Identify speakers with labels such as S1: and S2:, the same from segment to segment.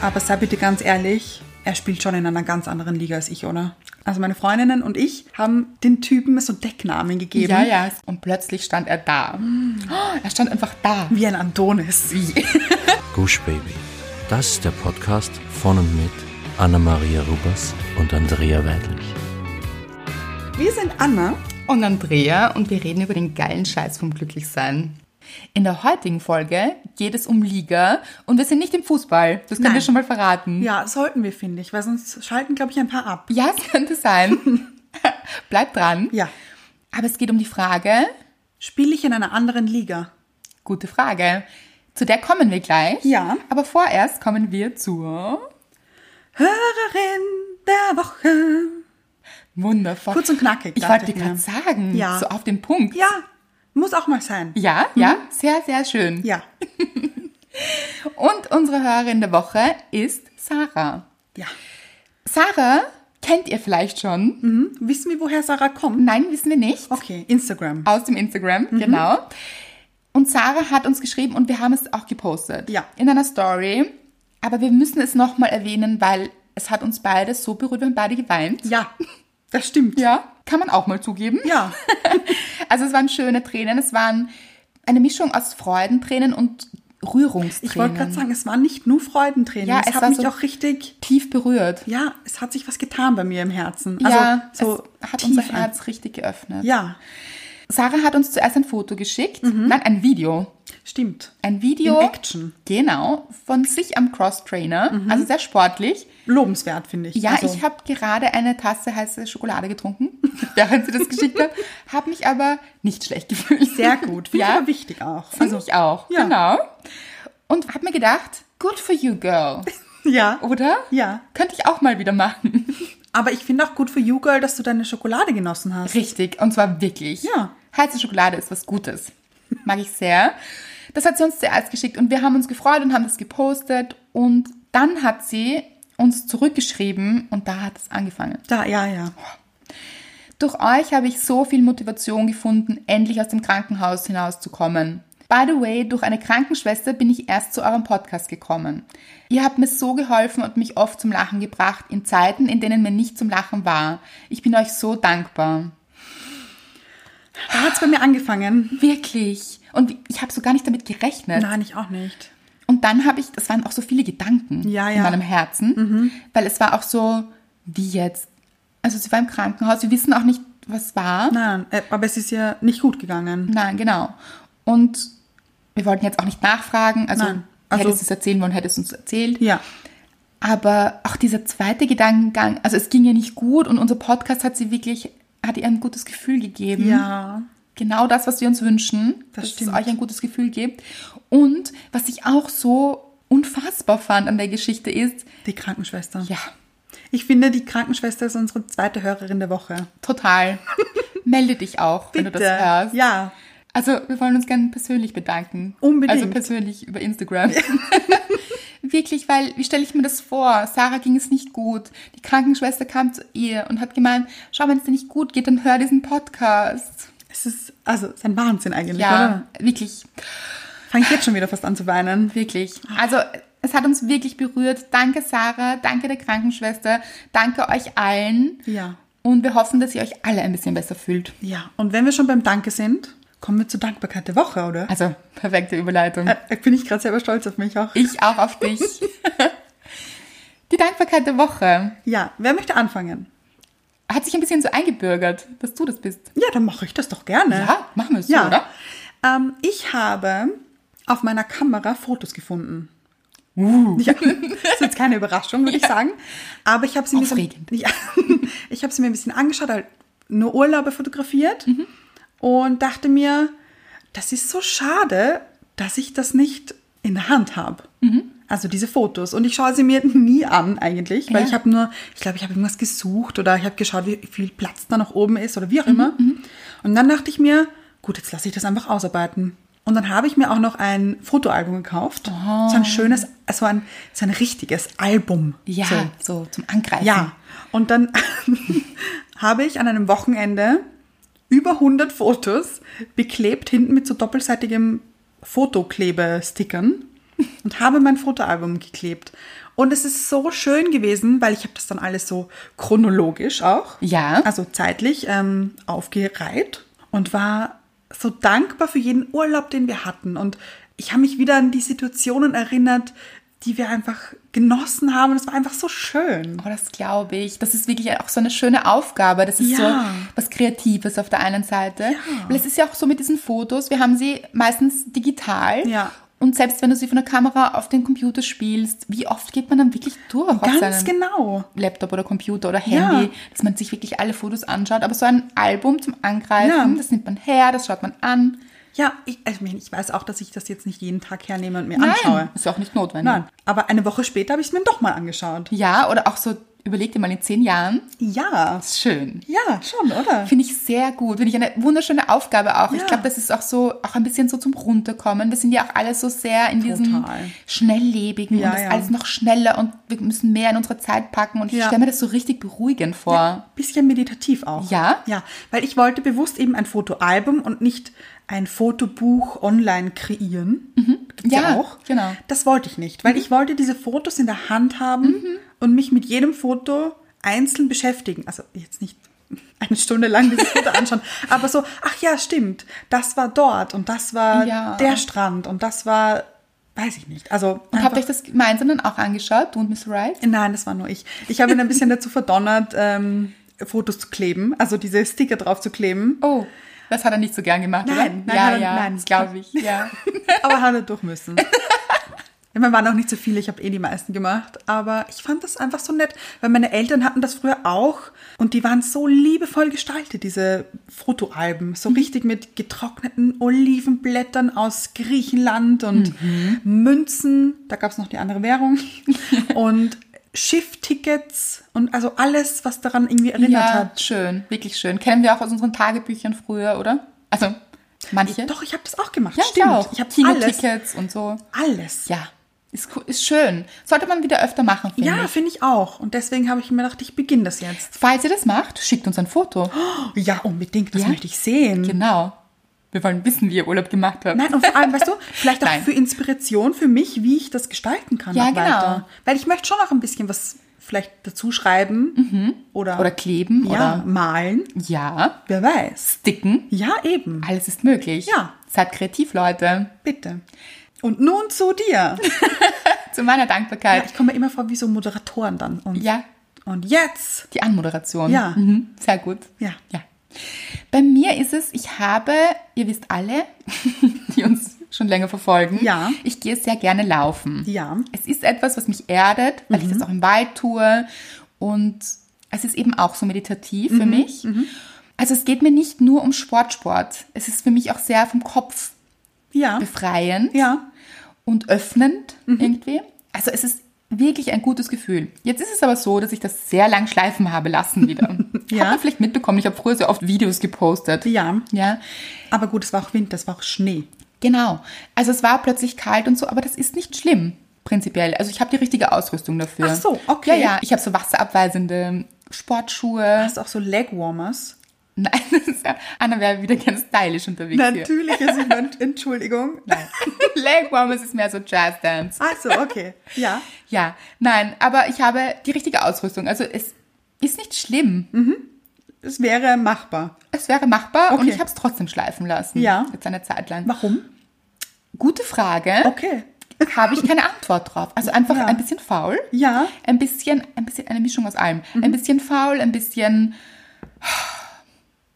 S1: Aber sei bitte ganz ehrlich, er spielt schon in einer ganz anderen Liga als ich, oder? Also meine Freundinnen und ich haben den Typen so Decknamen gegeben.
S2: Ja, ja. Und plötzlich stand er da. Oh, Er stand einfach da.
S1: Wie ein Andonis.
S3: Gush Baby. Das ist der Podcast von und mit Anna-Maria Rubers und Andrea Weidlich.
S1: Wir sind Anna.
S2: Und Andrea und wir reden über den geilen Scheiß vom Glücklichsein. In der heutigen Folge geht es um Liga und wir sind nicht im Fußball. Das können
S1: Nein.
S2: wir schon mal verraten.
S1: Ja, sollten wir, finde ich, weil sonst schalten, glaube ich, ein paar ab.
S2: Ja, es könnte sein. Bleibt dran.
S1: Ja.
S2: Aber es geht um die Frage,
S1: Spiele ich in einer anderen Liga?
S2: gute Frage. Zu der kommen wir gleich.
S1: Ja.
S2: Aber vorerst kommen wir zur
S1: Hörerin der Woche.
S2: wundervoll.
S1: Kurz und knackig,
S2: Ich
S1: dachte
S2: wollte
S1: ich mir.
S2: gerade sagen,
S1: Ja.
S2: so auf den Punkt.
S1: Ja, muss auch mal sein.
S2: Ja, ja,
S1: Mhm.
S2: sehr, sehr schön.
S1: Ja.
S2: Und unsere Hörerin der Woche ist Sarah.
S1: Ja.
S2: Sarah kennt ihr vielleicht schon.
S1: Hm? Wissen wir, woher Sarah kommt?
S2: Nein, wissen wir nicht.
S1: Okay, Instagram.
S2: Aus dem Instagram,
S1: Mhm.
S2: genau. Und Sarah hat uns geschrieben und wir haben es auch gepostet.
S1: Ja.
S2: In einer Story. Aber wir müssen es nochmal erwähnen, weil es hat uns beide so berührt, wir haben beide geweint.
S1: Ja, das stimmt.
S2: Ja. Kann man auch mal zugeben.
S1: Ja.
S2: Also es waren schöne Tränen. Es waren eine Mischung aus Freudentränen und Rührungstränen.
S1: Ich wollte gerade sagen, es waren nicht nur Freudentränen.
S2: Ja,
S1: es,
S2: es
S1: hat
S2: war
S1: mich
S2: so-
S1: auch richtig.
S2: Tief berührt.
S1: Ja, es hat sich was getan bei mir im Herzen.
S2: ja,
S1: also, so
S2: es hat
S1: tief
S2: unser
S1: ein-
S2: Herz richtig geöffnet.
S1: Ja,
S2: Sarah hat uns zuerst ein Foto geschickt. Nein, ein Video.
S1: stimmt.
S2: Ein Video.
S1: Mhm. In Action.
S2: Genau, von sich am Cross-Trainer. Also sehr sportlich.
S1: Lobenswert, finde ich.
S2: Ja,
S1: also,
S2: ich habe gerade eine Tasse heiße Schokolade getrunken, während sie das geschickt hat. Habe mich aber nicht schlecht gefühlt.
S1: Sehr gut. Finde ich
S2: ja,
S1: aber wichtig auch.
S2: Finde ich auch.
S1: Also, Ja.
S2: Genau. Und habe mir gedacht, good for you, girl.
S1: ja.
S2: Oder?
S1: Ja.
S2: Könnte ich auch mal wieder machen.
S1: Aber ich finde auch gut für You Girl, dass du deine Schokolade genossen hast.
S2: Richtig, und zwar wirklich.
S1: Ja.
S2: Heiße Schokolade ist was Gutes. Mag ich sehr. Das hat sie uns zuerst geschickt und wir haben uns gefreut und haben das gepostet. Und dann hat sie uns zurückgeschrieben und da hat es angefangen.
S1: Da, ja, ja.
S2: Durch euch habe ich so viel Motivation gefunden, endlich aus dem Krankenhaus hinauszukommen. By the way, durch eine Krankenschwester bin ich erst zu eurem Podcast gekommen. Ihr habt mir so geholfen und mich oft zum Lachen gebracht, in Zeiten, in denen mir nicht zum Lachen war. Ich bin euch so dankbar.
S1: Da hat es bei mir angefangen.
S2: Wirklich. Und ich habe so gar nicht damit gerechnet.
S1: Nein, ich auch nicht.
S2: Und dann habe ich, das waren auch so viele Gedanken
S1: Ja, Mhm.
S2: in
S1: ja.
S2: meinem Herzen, weil es war auch so, wie jetzt. Also sie war im Krankenhaus, wir wissen auch nicht, was war.
S1: Nein, äh, aber es ist ja nicht gut gegangen.
S2: Nein, genau. Und wir wollten jetzt auch nicht nachfragen, also,
S1: Nein, also-
S2: hättest du es erzählen wollen, hättest du es uns erzählt.
S1: Ja.
S2: Aber auch dieser zweite Gedankengang, also es ging ja nicht gut und unser Podcast hat sie wirklich, hat ihr ein gutes Gefühl gegeben.
S1: Ja.
S2: Genau das, was wir uns wünschen,
S1: Das
S2: dass
S1: stimmt.
S2: es euch ein gutes Gefühl gibt. Und was ich auch so unfassbar fand an der Geschichte ist,
S1: Die Krankenschwester.
S2: ja,
S1: Ich finde, die Krankenschwester ist unsere zweite Hörerin der Woche.
S2: total. Melde dich auch, wenn du das hörst.
S1: Ja.
S2: Also, wir wollen uns gerne persönlich bedanken.
S1: Unbedingt.
S2: Also persönlich über Instagram. Wirklich, weil, wie stelle ich mir das vor? Sarah ging es nicht gut. Die Krankenschwester kam zu ihr und hat gemeint, schau, wenn es dir nicht gut geht, dann hör diesen Podcast.
S1: Es ist, also, es ist ein Wahnsinn eigentlich,
S2: Ja, wirklich,
S1: oder? Fange ich jetzt schon wieder fast an zu weinen.
S2: wirklich. Also, es hat uns wirklich berührt. Danke, Sarah. Danke der Krankenschwester. Danke euch allen.
S1: Ja.
S2: Und wir hoffen, dass ihr euch alle ein bisschen besser fühlt.
S1: Ja. Und wenn wir schon beim Danke sind, kommen wir zur Dankbarkeit der Woche, oder?
S2: Also, perfekte Überleitung.
S1: Äh, bin ich gerade selber stolz auf mich auch.
S2: Ich auch auf dich. Die Dankbarkeit der Woche.
S1: Ja. Wer möchte anfangen?
S2: hat sich ein bisschen so eingebürgert, dass du das bist.
S1: Ja, dann mache ich das doch gerne.
S2: Ja, machen wir es so,
S1: Ja.
S2: oder?
S1: Ähm, ich habe auf meiner Kamera Fotos gefunden.
S2: Uh.
S1: Ja, das ist jetzt keine Überraschung, würde ich sagen. Aber ich habe sie, mir so,
S2: Aufregend.
S1: ja, ich habe sie mir ein bisschen angeschaut, halt nur Urlaube fotografiert und dachte mir, das ist so schade, dass ich das nicht in der Hand habe. Also diese Fotos. Und ich schaue sie mir nie an eigentlich, weil
S2: Ja.
S1: ich habe nur, ich glaube, ich habe irgendwas gesucht oder ich habe geschaut, wie viel Platz da noch oben ist oder wie auch immer. Und dann dachte ich mir, gut, jetzt lasse ich das einfach ausarbeiten. Und dann habe ich mir auch noch ein Fotoalbum gekauft.
S2: Oh.
S1: So ein schönes, so ein, so ein richtiges Album.
S2: Ja,
S1: So.
S2: so, zum Angreifen.
S1: Ja, und dann habe ich an einem Wochenende über 100 Fotos beklebt, hinten mit so doppelseitigem Fotoklebestickern und habe mein Fotoalbum geklebt. Und es ist so schön gewesen, weil ich habe das dann alles so chronologisch auch,
S2: Ja.
S1: also zeitlich ähm, aufgereiht und war so dankbar für jeden Urlaub, den wir hatten. Und ich habe mich wieder an die Situationen erinnert, die wir einfach genossen haben. Und es war einfach so schön.
S2: Oh, das glaube ich. Das ist wirklich auch so eine schöne Aufgabe. Das ist
S1: Ja.
S2: so was Kreatives auf der einen Seite. Weil es ist ja auch so mit diesen Fotos, wir haben sie meistens digital.
S1: Ja.
S2: Und selbst wenn du sie von der Kamera auf den Computer spielst, wie oft geht man dann wirklich durch auf
S1: Ganz
S2: seinen
S1: genau.
S2: Laptop oder Computer oder Handy,
S1: Ja.
S2: dass man sich wirklich alle Fotos anschaut. Aber so ein Album zum Angreifen,
S1: Ja.
S2: das nimmt man her, das schaut man an.
S1: Ja, ich, also ich meine, ich weiß auch, dass ich das jetzt nicht jeden Tag hernehme und mir
S2: Nein,
S1: anschaue.
S2: ist ja auch nicht notwendig.
S1: Nein. Aber eine Woche später habe ich es mir doch mal angeschaut.
S2: Ja, oder auch so, überleg dir mal in zehn Jahren.
S1: Ja.
S2: Das ist schön.
S1: Ja, schon, oder?
S2: Finde ich sehr gut. Finde ich eine wunderschöne Aufgabe auch. Ich
S1: Ja.
S2: glaube, das ist auch so, auch ein bisschen so zum Runterkommen. Wir sind ja auch alle so sehr in diesem
S1: Total.
S2: schnelllebigen
S1: Ja,
S2: und das
S1: ja.
S2: alles noch schneller und wir müssen mehr in unsere Zeit packen. Und ich
S1: Ja.
S2: stelle mir das so richtig beruhigend vor.
S1: Bisschen meditativ auch.
S2: Ja?
S1: Ja, weil ich wollte bewusst eben ein Fotoalbum und nicht ein Fotobuch online kreieren. Gibt's
S2: Mhm. Ja, genau. Mhm.
S1: Das wollte ich nicht, weil ich wollte diese Fotos in der Hand haben und mich mit jedem Foto einzeln beschäftigen. Also jetzt nicht eine Stunde lang dieses Foto anschauen, aber so, ach ja, stimmt, das war dort und das war
S2: Ja.
S1: der Strand und das war, weiß ich nicht. Also
S2: Und habt
S1: einfach-
S2: ihr euch das gemeinsam dann auch angeschaut, du und Miss Wright?
S1: Nein, das war nur ich. Ich habe ihn ein bisschen dazu verdonnert, ähm, Fotos zu kleben, also diese Sticker drauf zu kleben.
S2: Oh, das hat er nicht so gern gemacht, oder?
S1: Nein, nein,
S2: ja,
S1: hat er-
S2: ja,
S1: nein.
S2: das glaube ich. Ja.
S1: Aber hat er durch müssen. Ja, Man waren auch nicht so viele, ich habe eh die meisten gemacht. Aber ich fand das einfach so nett, weil meine Eltern hatten das früher auch und die waren so liebevoll gestaltet, diese Fotoalben. So richtig mit getrockneten Olivenblättern aus Griechenland und Münzen, da gab es noch die andere Währung. und Schifftickets und also alles, was daran irgendwie erinnert
S2: ja,
S1: hat.
S2: schön, wirklich schön. Kennen wir auch aus unseren Tagebüchern früher, oder? Also, manche.
S1: Doch, ich habe das auch gemacht.
S2: ja,
S1: Stimmt.
S2: ich auch.
S1: Ich habe alles.
S2: Kinotickets und so.
S1: Alles.
S2: Ja, ist, cool, ist schön. Sollte man wieder öfter machen, finde
S1: Ja,
S2: ich.
S1: finde ich auch. Und deswegen habe ich mir gedacht, ich beginne das jetzt.
S2: Falls ihr das macht, schickt uns ein Foto.
S1: Oh. Ja, unbedingt. Das
S2: Oh. Ja.
S1: möchte ich sehen.
S2: Genau. Wir wollen wissen, wie ihr Urlaub gemacht habt.
S1: Nein, und vor allem, weißt du, vielleicht auch
S2: Nein.
S1: für Inspiration für mich, wie ich das gestalten kann.
S2: Ja,
S1: auch weiter.
S2: genau.
S1: Weil ich möchte schon auch ein bisschen was vielleicht dazu schreiben oder,
S2: Mhm. Oder kleben
S1: ja,
S2: oder
S1: malen.
S2: ja,
S1: Wer weiß.
S2: sticken.
S1: Ja, eben.
S2: Alles ist möglich.
S1: Ja.
S2: Seid kreativ, Leute.
S1: Bitte. Und nun zu dir.
S2: Zu meiner
S1: Ja,
S2: Dankbarkeit.
S1: ich komme mir immer vor wie so Moderatoren dann. Und,
S2: Ja,
S1: und jetzt.
S2: die Anmoderation.
S1: Ja.
S2: Mhm. Sehr gut.
S1: Ja.
S2: Ja. Bei mir ist es, ich habe, ihr wisst alle, die uns schon länger verfolgen,
S1: Ja.
S2: ich gehe sehr gerne laufen.
S1: Ja.
S2: Es ist etwas, was mich erdet, weil
S1: Mhm.
S2: ich das auch im Wald tue und es ist eben auch so meditativ
S1: Mhm.
S2: für mich. Also es geht mir nicht nur um Sportsport. Es ist für mich auch sehr vom Kopf
S1: Ja.
S2: befreiend
S1: Ja. Mhm.
S2: und öffnend irgendwie. Also es ist wirklich ein gutes Gefühl. Jetzt ist es aber so, dass ich das sehr lang schleifen habe lassen wieder.
S1: Ja.
S2: Habt ihr vielleicht mitbekommen, ich habe früher sehr oft Videos gepostet.
S1: Ja.
S2: Ja,
S1: Aber gut, es war auch Winter, es war auch Schnee.
S2: genau. Also es war plötzlich kalt und so, aber das ist nicht schlimm, prinzipiell. Also ich habe die richtige Ausrüstung dafür.
S1: Ach so, okay.
S2: Ja, ja, ich habe so wasserabweisende Sportschuhe.
S1: Hast du auch so Legwarmers?
S2: Nein, das ist ja, Anna wäre wieder ganz stylisch unterwegs hier.
S1: Natürlich ist jemand, Entschuldigung. Nein.
S2: Legwarmers ist mehr so Jazzdance.
S1: Also, okay. Ja.
S2: Ja, nein, aber ich habe die richtige Ausrüstung. Also es ist nicht schlimm.
S1: Es wäre machbar.
S2: Es wäre machbar und
S1: Okay.
S2: ich habe es trotzdem schleifen lassen.
S1: Ja.
S2: Jetzt eine Zeit lang.
S1: Warum?
S2: Gute Frage.
S1: Okay.
S2: Habe ich keine Antwort drauf. Also einfach
S1: Ja.
S2: ein bisschen faul.
S1: Ja. Mhm.
S2: Ein bisschen, ein bisschen eine Mischung aus allem. Ein bisschen faul, ein bisschen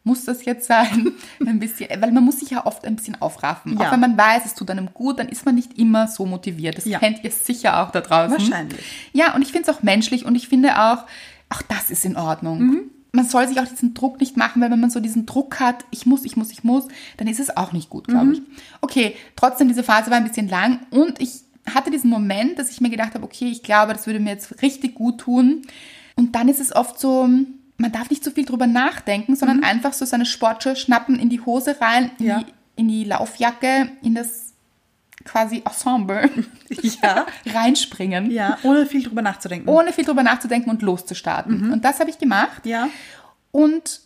S2: muss das jetzt sein? Ein bisschen, weil man muss sich ja oft ein bisschen aufraffen.
S1: Ja.
S2: Auch wenn man weiß, es tut einem gut, dann ist man nicht immer so motiviert. Das
S1: Ja.
S2: kennt ihr sicher auch da draußen.
S1: Wahrscheinlich.
S2: Hm? Ja, und ich finde es auch menschlich und ich finde auch, auch das ist in Ordnung.
S1: Mhm.
S2: Man soll sich auch diesen Druck nicht machen, weil wenn man so diesen Druck hat, ich muss, ich muss, ich muss, dann ist es auch nicht gut, glaube
S1: Mhm.
S2: ich. Okay, trotzdem, diese Phase war ein bisschen lang und ich hatte diesen Moment, dass ich mir gedacht habe, okay, ich glaube, das würde mir jetzt richtig gut tun. Und dann ist es oft so, man darf nicht so viel drüber nachdenken, sondern einfach so seine Sportschuhe schnappen, in die Hose rein, in,
S1: Mhm. Ja.
S2: die, in die Laufjacke, in das quasi Ensemble
S1: Ja.
S2: reinspringen
S1: Ja, ohne viel drüber nachzudenken.
S2: ohne viel drüber nachzudenken und loszustarten.
S1: Mhm.
S2: Und das habe ich gemacht
S1: ja.
S2: und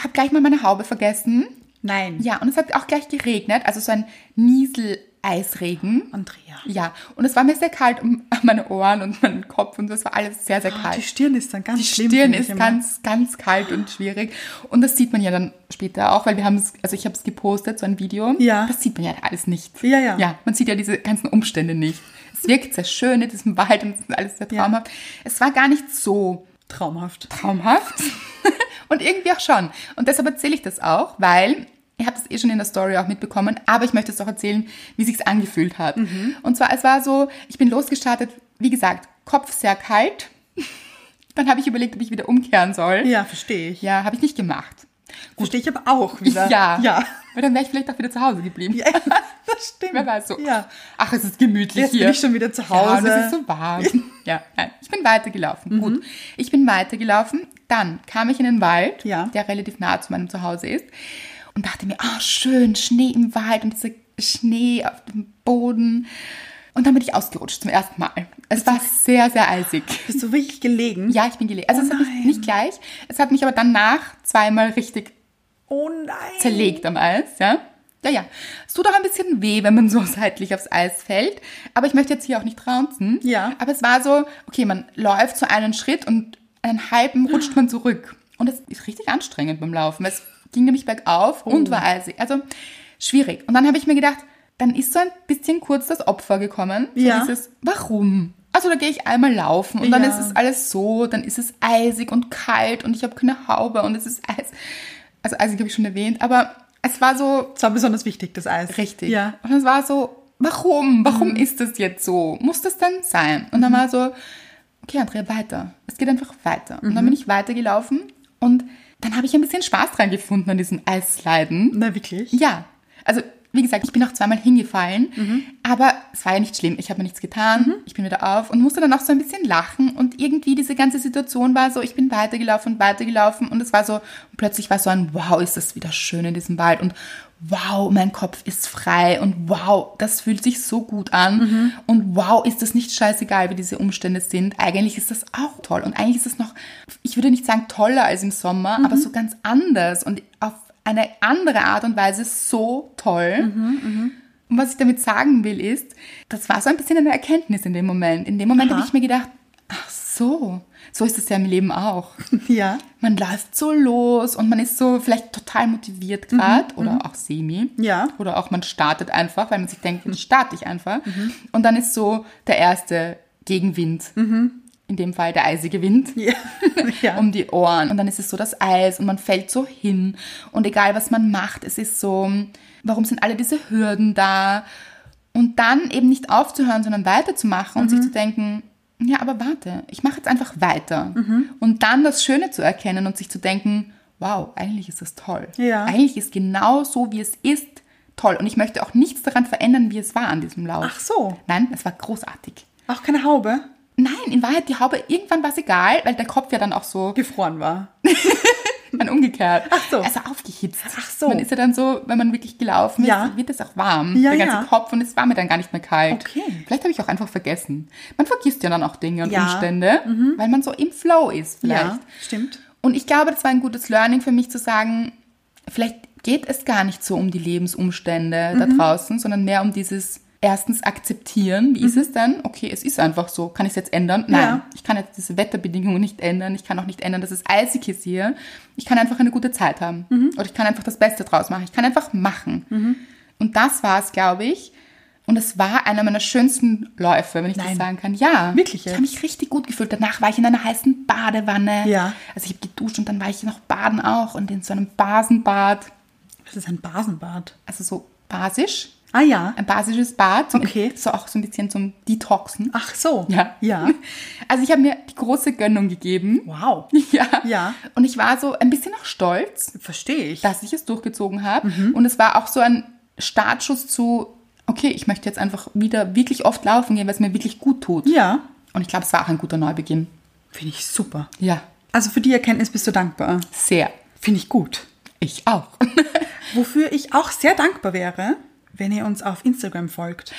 S2: habe gleich mal meine Haube vergessen.
S1: Nein.
S2: Ja, und es hat auch gleich geregnet, also so ein Nieseleimer Eisregen.
S1: Andrea.
S2: Ja, und es war mir sehr kalt um meine Ohren und meinen Kopf und das war alles sehr, sehr
S1: Ah, Die
S2: kalt.
S1: Stirn ist dann ganz
S2: halt. Die
S1: schlimm.
S2: Stirn
S1: finde ich
S2: ist
S1: immer.
S2: ganz, ganz kalt und schwierig. Und das sieht man ja dann später auch, weil wir haben es, also ich habe es gepostet, so ein Video.
S1: Ja.
S2: Das sieht man ja alles nicht.
S1: Ja, ja.
S2: Ja, man sieht ja diese ganzen Umstände nicht. Es wirkt sehr schön in diesem Wald und es ist alles sehr
S1: Ja.
S2: traumhaft. Es war gar nicht so
S1: traumhaft.
S2: traumhaft und irgendwie auch schon. Und deshalb erzähle ich das auch, weil ihr habt es eh schon in der Story auch mitbekommen, aber ich möchte es doch erzählen, wie sich's angefühlt hat.
S1: Mhm.
S2: Und zwar es war so, ich bin losgestartet, wie gesagt, Kopf sehr kalt. Dann habe ich überlegt, ob ich wieder umkehren soll.
S1: Ja, verstehe ich.
S2: ja habe ich nicht gemacht.
S1: Verstehe ich aber auch wieder.
S2: Ja.
S1: Ja.
S2: Weil dann wäre ich vielleicht auch wieder zu Hause geblieben.
S1: ja das stimmt.
S2: Wer weiß so.
S1: Hm. Ja.
S2: Ach, es ist gemütlich
S1: Jetzt
S2: hier.
S1: bin ich schon wieder zu Hause. Mhm.
S2: Ja, und es ist so warm. ja, nein, ich bin weitergelaufen. Gut. Ich bin weitergelaufen. Dann kam ich in den Wald,
S1: Ja.
S2: der relativ nahe zu meinem Zuhause ist, und dachte mir, ah, schön, Schnee im Wald und dieser Schnee auf dem Boden. Und dann bin ich ausgerutscht zum ersten Mal. Es war sehr, sehr eisig.
S1: Bist du wirklich gelegen?
S2: Ja, ich bin gelegen. Also
S1: Oh
S2: es hat mich
S1: nein.
S2: nicht gleich. Es hat mich aber danach zweimal richtig
S1: Oh nein.
S2: zerlegt am Eis, ja? Ja, ja. Es tut auch ein bisschen weh, wenn man so seitlich aufs Eis fällt. Aber ich möchte jetzt hier auch nicht raunzen.
S1: Ja.
S2: Aber es war so, okay, man läuft so einen Schritt und einen halben rutscht man zurück. Und das ist richtig anstrengend beim Laufen. Es ging nämlich bergauf
S1: Oh.
S2: und war eisig. Also schwierig. Und dann habe ich mir gedacht, dann ist so ein bisschen kurz das Opfer gekommen. So
S1: Ja.
S2: Dieses, warum? Also da gehe ich einmal laufen und dann
S1: Ja.
S2: ist es alles so, dann ist es eisig und kalt und ich habe keine Haube und es ist Eis. Also Eisig habe ich schon erwähnt, aber es war so
S1: Es war besonders wichtig, das Eis.
S2: richtig.
S1: Ja. Mhm.
S2: Und es war so, warum? Warum ist das jetzt so? Muss das denn sein? Und dann war so, okay, Andrea, weiter. Es geht einfach weiter. Und dann
S1: Mhm.
S2: bin ich weitergelaufen und dann habe ich ein bisschen Spaß dran gefunden an diesem Eisleiden.
S1: Na, wirklich?
S2: Ja, also wie gesagt, ich bin auch zweimal hingefallen, aber es war ja nicht schlimm. Ich habe mir nichts getan, ich bin wieder auf und musste dann auch so ein bisschen lachen und irgendwie diese ganze Situation war so, ich bin weitergelaufen und weitergelaufen und es war so, und plötzlich war so ein Wow, ist das wieder schön in diesem Wald und wow, mein Kopf ist frei und wow, das fühlt sich so gut an und wow, ist das nicht scheißegal, wie diese Umstände sind. Eigentlich ist das auch toll und eigentlich ist es noch, ich würde nicht sagen toller als im Sommer, aber so ganz anders und auf eine andere Art und Weise so toll. Und was ich damit sagen will, ist, das war so ein bisschen eine Erkenntnis in dem Moment. In dem Moment habe ich mir gedacht, ach so, so ist es ja im Leben auch.
S1: Ja.
S2: Man läuft so los und man ist so vielleicht total motiviert gerade oder auch semi.
S1: Ja.
S2: Oder auch man startet einfach, weil man sich denkt, jetzt starte ich einfach. Und dann ist so der erste Gegenwind. In dem Fall der eisige Wind
S1: Ja. ja.
S2: um die Ohren und dann ist es so das Eis und man fällt so hin und egal was man macht, es ist so, warum sind alle diese Hürden da? Und dann eben nicht aufzuhören, sondern weiterzumachen
S1: Mhm.
S2: und sich zu denken, ja, aber warte, ich mache jetzt einfach weiter.
S1: Mhm.
S2: Und dann das Schöne zu erkennen und sich zu denken, wow, eigentlich ist das toll.
S1: Ja.
S2: Eigentlich ist genau so, wie es ist, toll. Und ich möchte auch nichts daran verändern, wie es war an diesem Lauf.
S1: Ach so.
S2: Nein, es war großartig.
S1: Auch keine Haube
S2: Nein, in Wahrheit, die Haube, irgendwann war es egal, weil der Kopf ja dann auch so
S1: gefroren war.
S2: Dann umgekehrt.
S1: Ach so.
S2: Also aufgehitzt.
S1: Ach so.
S2: Man ist ja dann so, wenn man wirklich gelaufen ist,
S1: Ja.
S2: wird es auch warm.
S1: Ja,
S2: der ganze
S1: ja.
S2: Kopf und es war mir dann gar nicht mehr kalt.
S1: Okay.
S2: Vielleicht habe ich auch einfach vergessen. Man vergisst ja dann auch Dinge und
S1: Ja. Mhm.
S2: Umstände, weil man so im Flow ist vielleicht.
S1: Ja. Stimmt.
S2: Und ich glaube, das war ein gutes Learning für mich zu sagen, vielleicht geht es gar nicht so um die Lebensumstände da
S1: Mhm.
S2: draußen, sondern mehr um dieses erstens akzeptieren, wie ist es denn? Okay, es ist einfach so. Kann ich es jetzt ändern? Nein,
S1: Mhm. Ja.
S2: ich kann jetzt diese Wetterbedingungen nicht ändern. Ich kann auch nicht ändern, dass es eisig ist hier. Ich kann einfach eine gute Zeit haben.
S1: Mhm.
S2: Oder ich kann einfach das Beste draus machen. Ich kann einfach machen. Und das war es, glaube ich. Und es war einer meiner schönsten Läufe, wenn ich das
S1: Nein.
S2: sagen kann. Ja.
S1: Wirklich
S2: Ich
S1: jetzt?
S2: habe mich richtig gut gefühlt. Danach war ich in einer heißen Badewanne.
S1: Ja.
S2: Also ich habe geduscht und dann war ich noch baden auch und in so einem Basenbad,
S1: Das ist ein Basenbad.
S2: also so basisch,
S1: Ah ja.
S2: ein basisches Bad, zum,
S1: Okay.
S2: so auch so ein bisschen zum Detoxen.
S1: Ach so.
S2: Ja.
S1: Ja.
S2: Also ich habe mir die große Gönnung gegeben.
S1: Wow.
S2: Ja.
S1: Ja.
S2: Und ich war so ein bisschen auch stolz,
S1: Verstehe ich.
S2: dass ich es durchgezogen habe.
S1: Mhm.
S2: Und es war auch so ein Startschuss zu, okay, ich möchte jetzt einfach wieder wirklich oft laufen gehen, weil es mir wirklich gut tut.
S1: Ja.
S2: Und ich glaube, es war auch ein guter Neubeginn.
S1: Finde ich super.
S2: Ja.
S1: Also für die Erkenntnis bist du dankbar.
S2: Sehr.
S1: Finde ich gut.
S2: Ich auch.
S1: Wofür ich auch sehr dankbar wäre, wenn ihr uns auf Instagram folgt.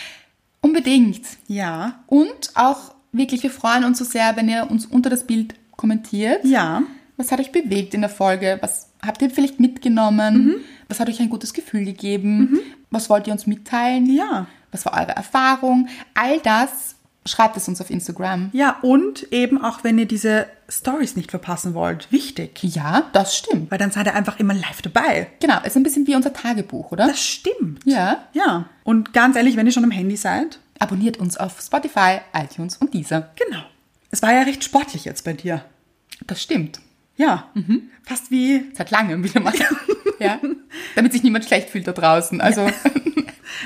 S2: Unbedingt.
S1: Ja.
S2: Und auch wirklich, wir freuen uns so sehr, wenn ihr uns unter das Bild kommentiert.
S1: Ja.
S2: Was hat euch bewegt in der Folge? Was habt ihr
S1: Mhm.
S2: vielleicht mitgenommen? Was hat euch ein gutes Gefühl gegeben? Was wollt ihr uns mitteilen?
S1: Ja.
S2: Was war eure Erfahrung? All das schreibt es uns auf Instagram.
S1: Ja, und eben auch, wenn ihr diese Stories nicht verpassen wollt. Wichtig.
S2: Ja, das stimmt.
S1: Weil dann seid ihr einfach immer live dabei.
S2: Genau, ist ein bisschen wie unser Tagebuch, oder?
S1: Das stimmt.
S2: Ja.
S1: Ja. Und ganz ehrlich, wenn ihr schon am Handy seid,
S2: Abonniert uns auf Spotify, iTunes und Deezer.
S1: genau. Es war ja recht sportlich jetzt bei dir.
S2: Das stimmt.
S1: Ja.
S2: Mhm.
S1: Fast wie
S2: Seit langem wieder mal. ja. Damit sich niemand schlecht fühlt da draußen. Also,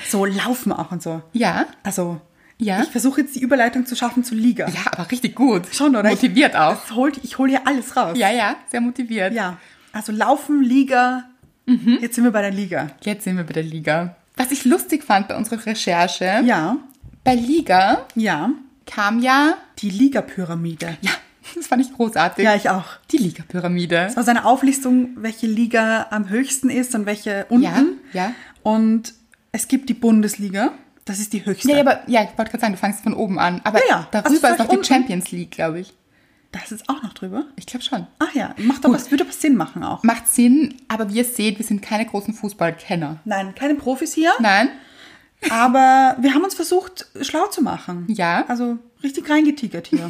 S1: so Laufen auch und so.
S2: ja.
S1: Also,
S2: Ja.
S1: ich versuche jetzt die Überleitung zu schaffen zu Liga.
S2: Ja, aber richtig gut.
S1: Schon, oder?
S2: Motiviert auch.
S1: Das holt, ich hole hier alles raus.
S2: Ja, ja, sehr motiviert.
S1: Ja. Also Laufen, Liga.
S2: Mhm.
S1: Jetzt sind wir bei der Liga.
S2: Jetzt sind wir bei der Liga. Was ich lustig fand bei unserer Recherche,
S1: Ja.
S2: bei Liga
S1: Ja.
S2: kam ja,
S1: Die Liga-Pyramide.
S2: ja, das fand ich großartig,
S1: Ja, ich auch.
S2: die Liga-Pyramide.
S1: Es war so eine Auflistung, welche Liga am höchsten ist und welche unten.
S2: Ja, ja.
S1: Und es gibt die Bundesliga. Das ist die höchste.
S2: Ja, ja, aber ja, ich wollte gerade sagen, du fangst von oben an. Aber
S1: Ja, ja. Also
S2: darüber
S1: vielleicht
S2: ist noch die
S1: unten.
S2: Champions League, glaube ich.
S1: Das ist auch noch drüber.
S2: Ich glaube schon.
S1: Ach ja, macht doch was, würde was Sinn machen auch.
S2: Macht Sinn, aber wie ihr seht, wir sind keine großen Fußballkenner.
S1: Nein, keine Profis hier,
S2: Nein?
S1: aber wir haben uns versucht, schlau zu machen.
S2: Ja.
S1: Also richtig reingetigert hier.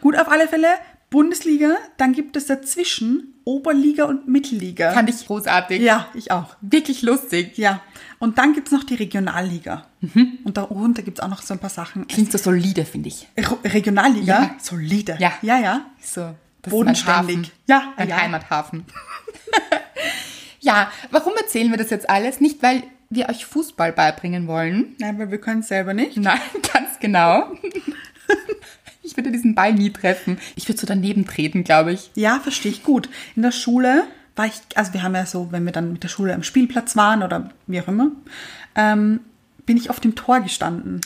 S1: Gut, auf alle Fälle Bundesliga, dann gibt es dazwischen Oberliga und Mittelliga.
S2: Fand ich großartig.
S1: ja, ich auch.
S2: Wirklich lustig.
S1: Ja. Und dann gibt es noch die Regionalliga.
S2: Mhm.
S1: Und darunter gibt es auch noch so ein paar Sachen.
S2: Klingt so solide, finde ich.
S1: Ro- Regionalliga,
S2: Ja.
S1: solide.
S2: Ja.
S1: Ja, ja.
S2: So, das
S1: Bodenständig.
S2: Ist mein Hafen,
S1: Ja,
S2: mein
S1: ja.
S2: Heimathafen. ja, warum erzählen wir das jetzt alles? Nicht, weil wir euch Fußball beibringen wollen.
S1: Nein, weil wir können es selber nicht.
S2: Nein, ganz genau. ich würde diesen Ball nie treffen. Ich würde so daneben treten, glaube ich.
S1: Ja, verstehe ich gut. In der Schule war ich, also wir haben ja so, wenn wir dann mit der Schule am Spielplatz waren oder wie auch immer, ähm, bin ich auf dem Tor gestanden.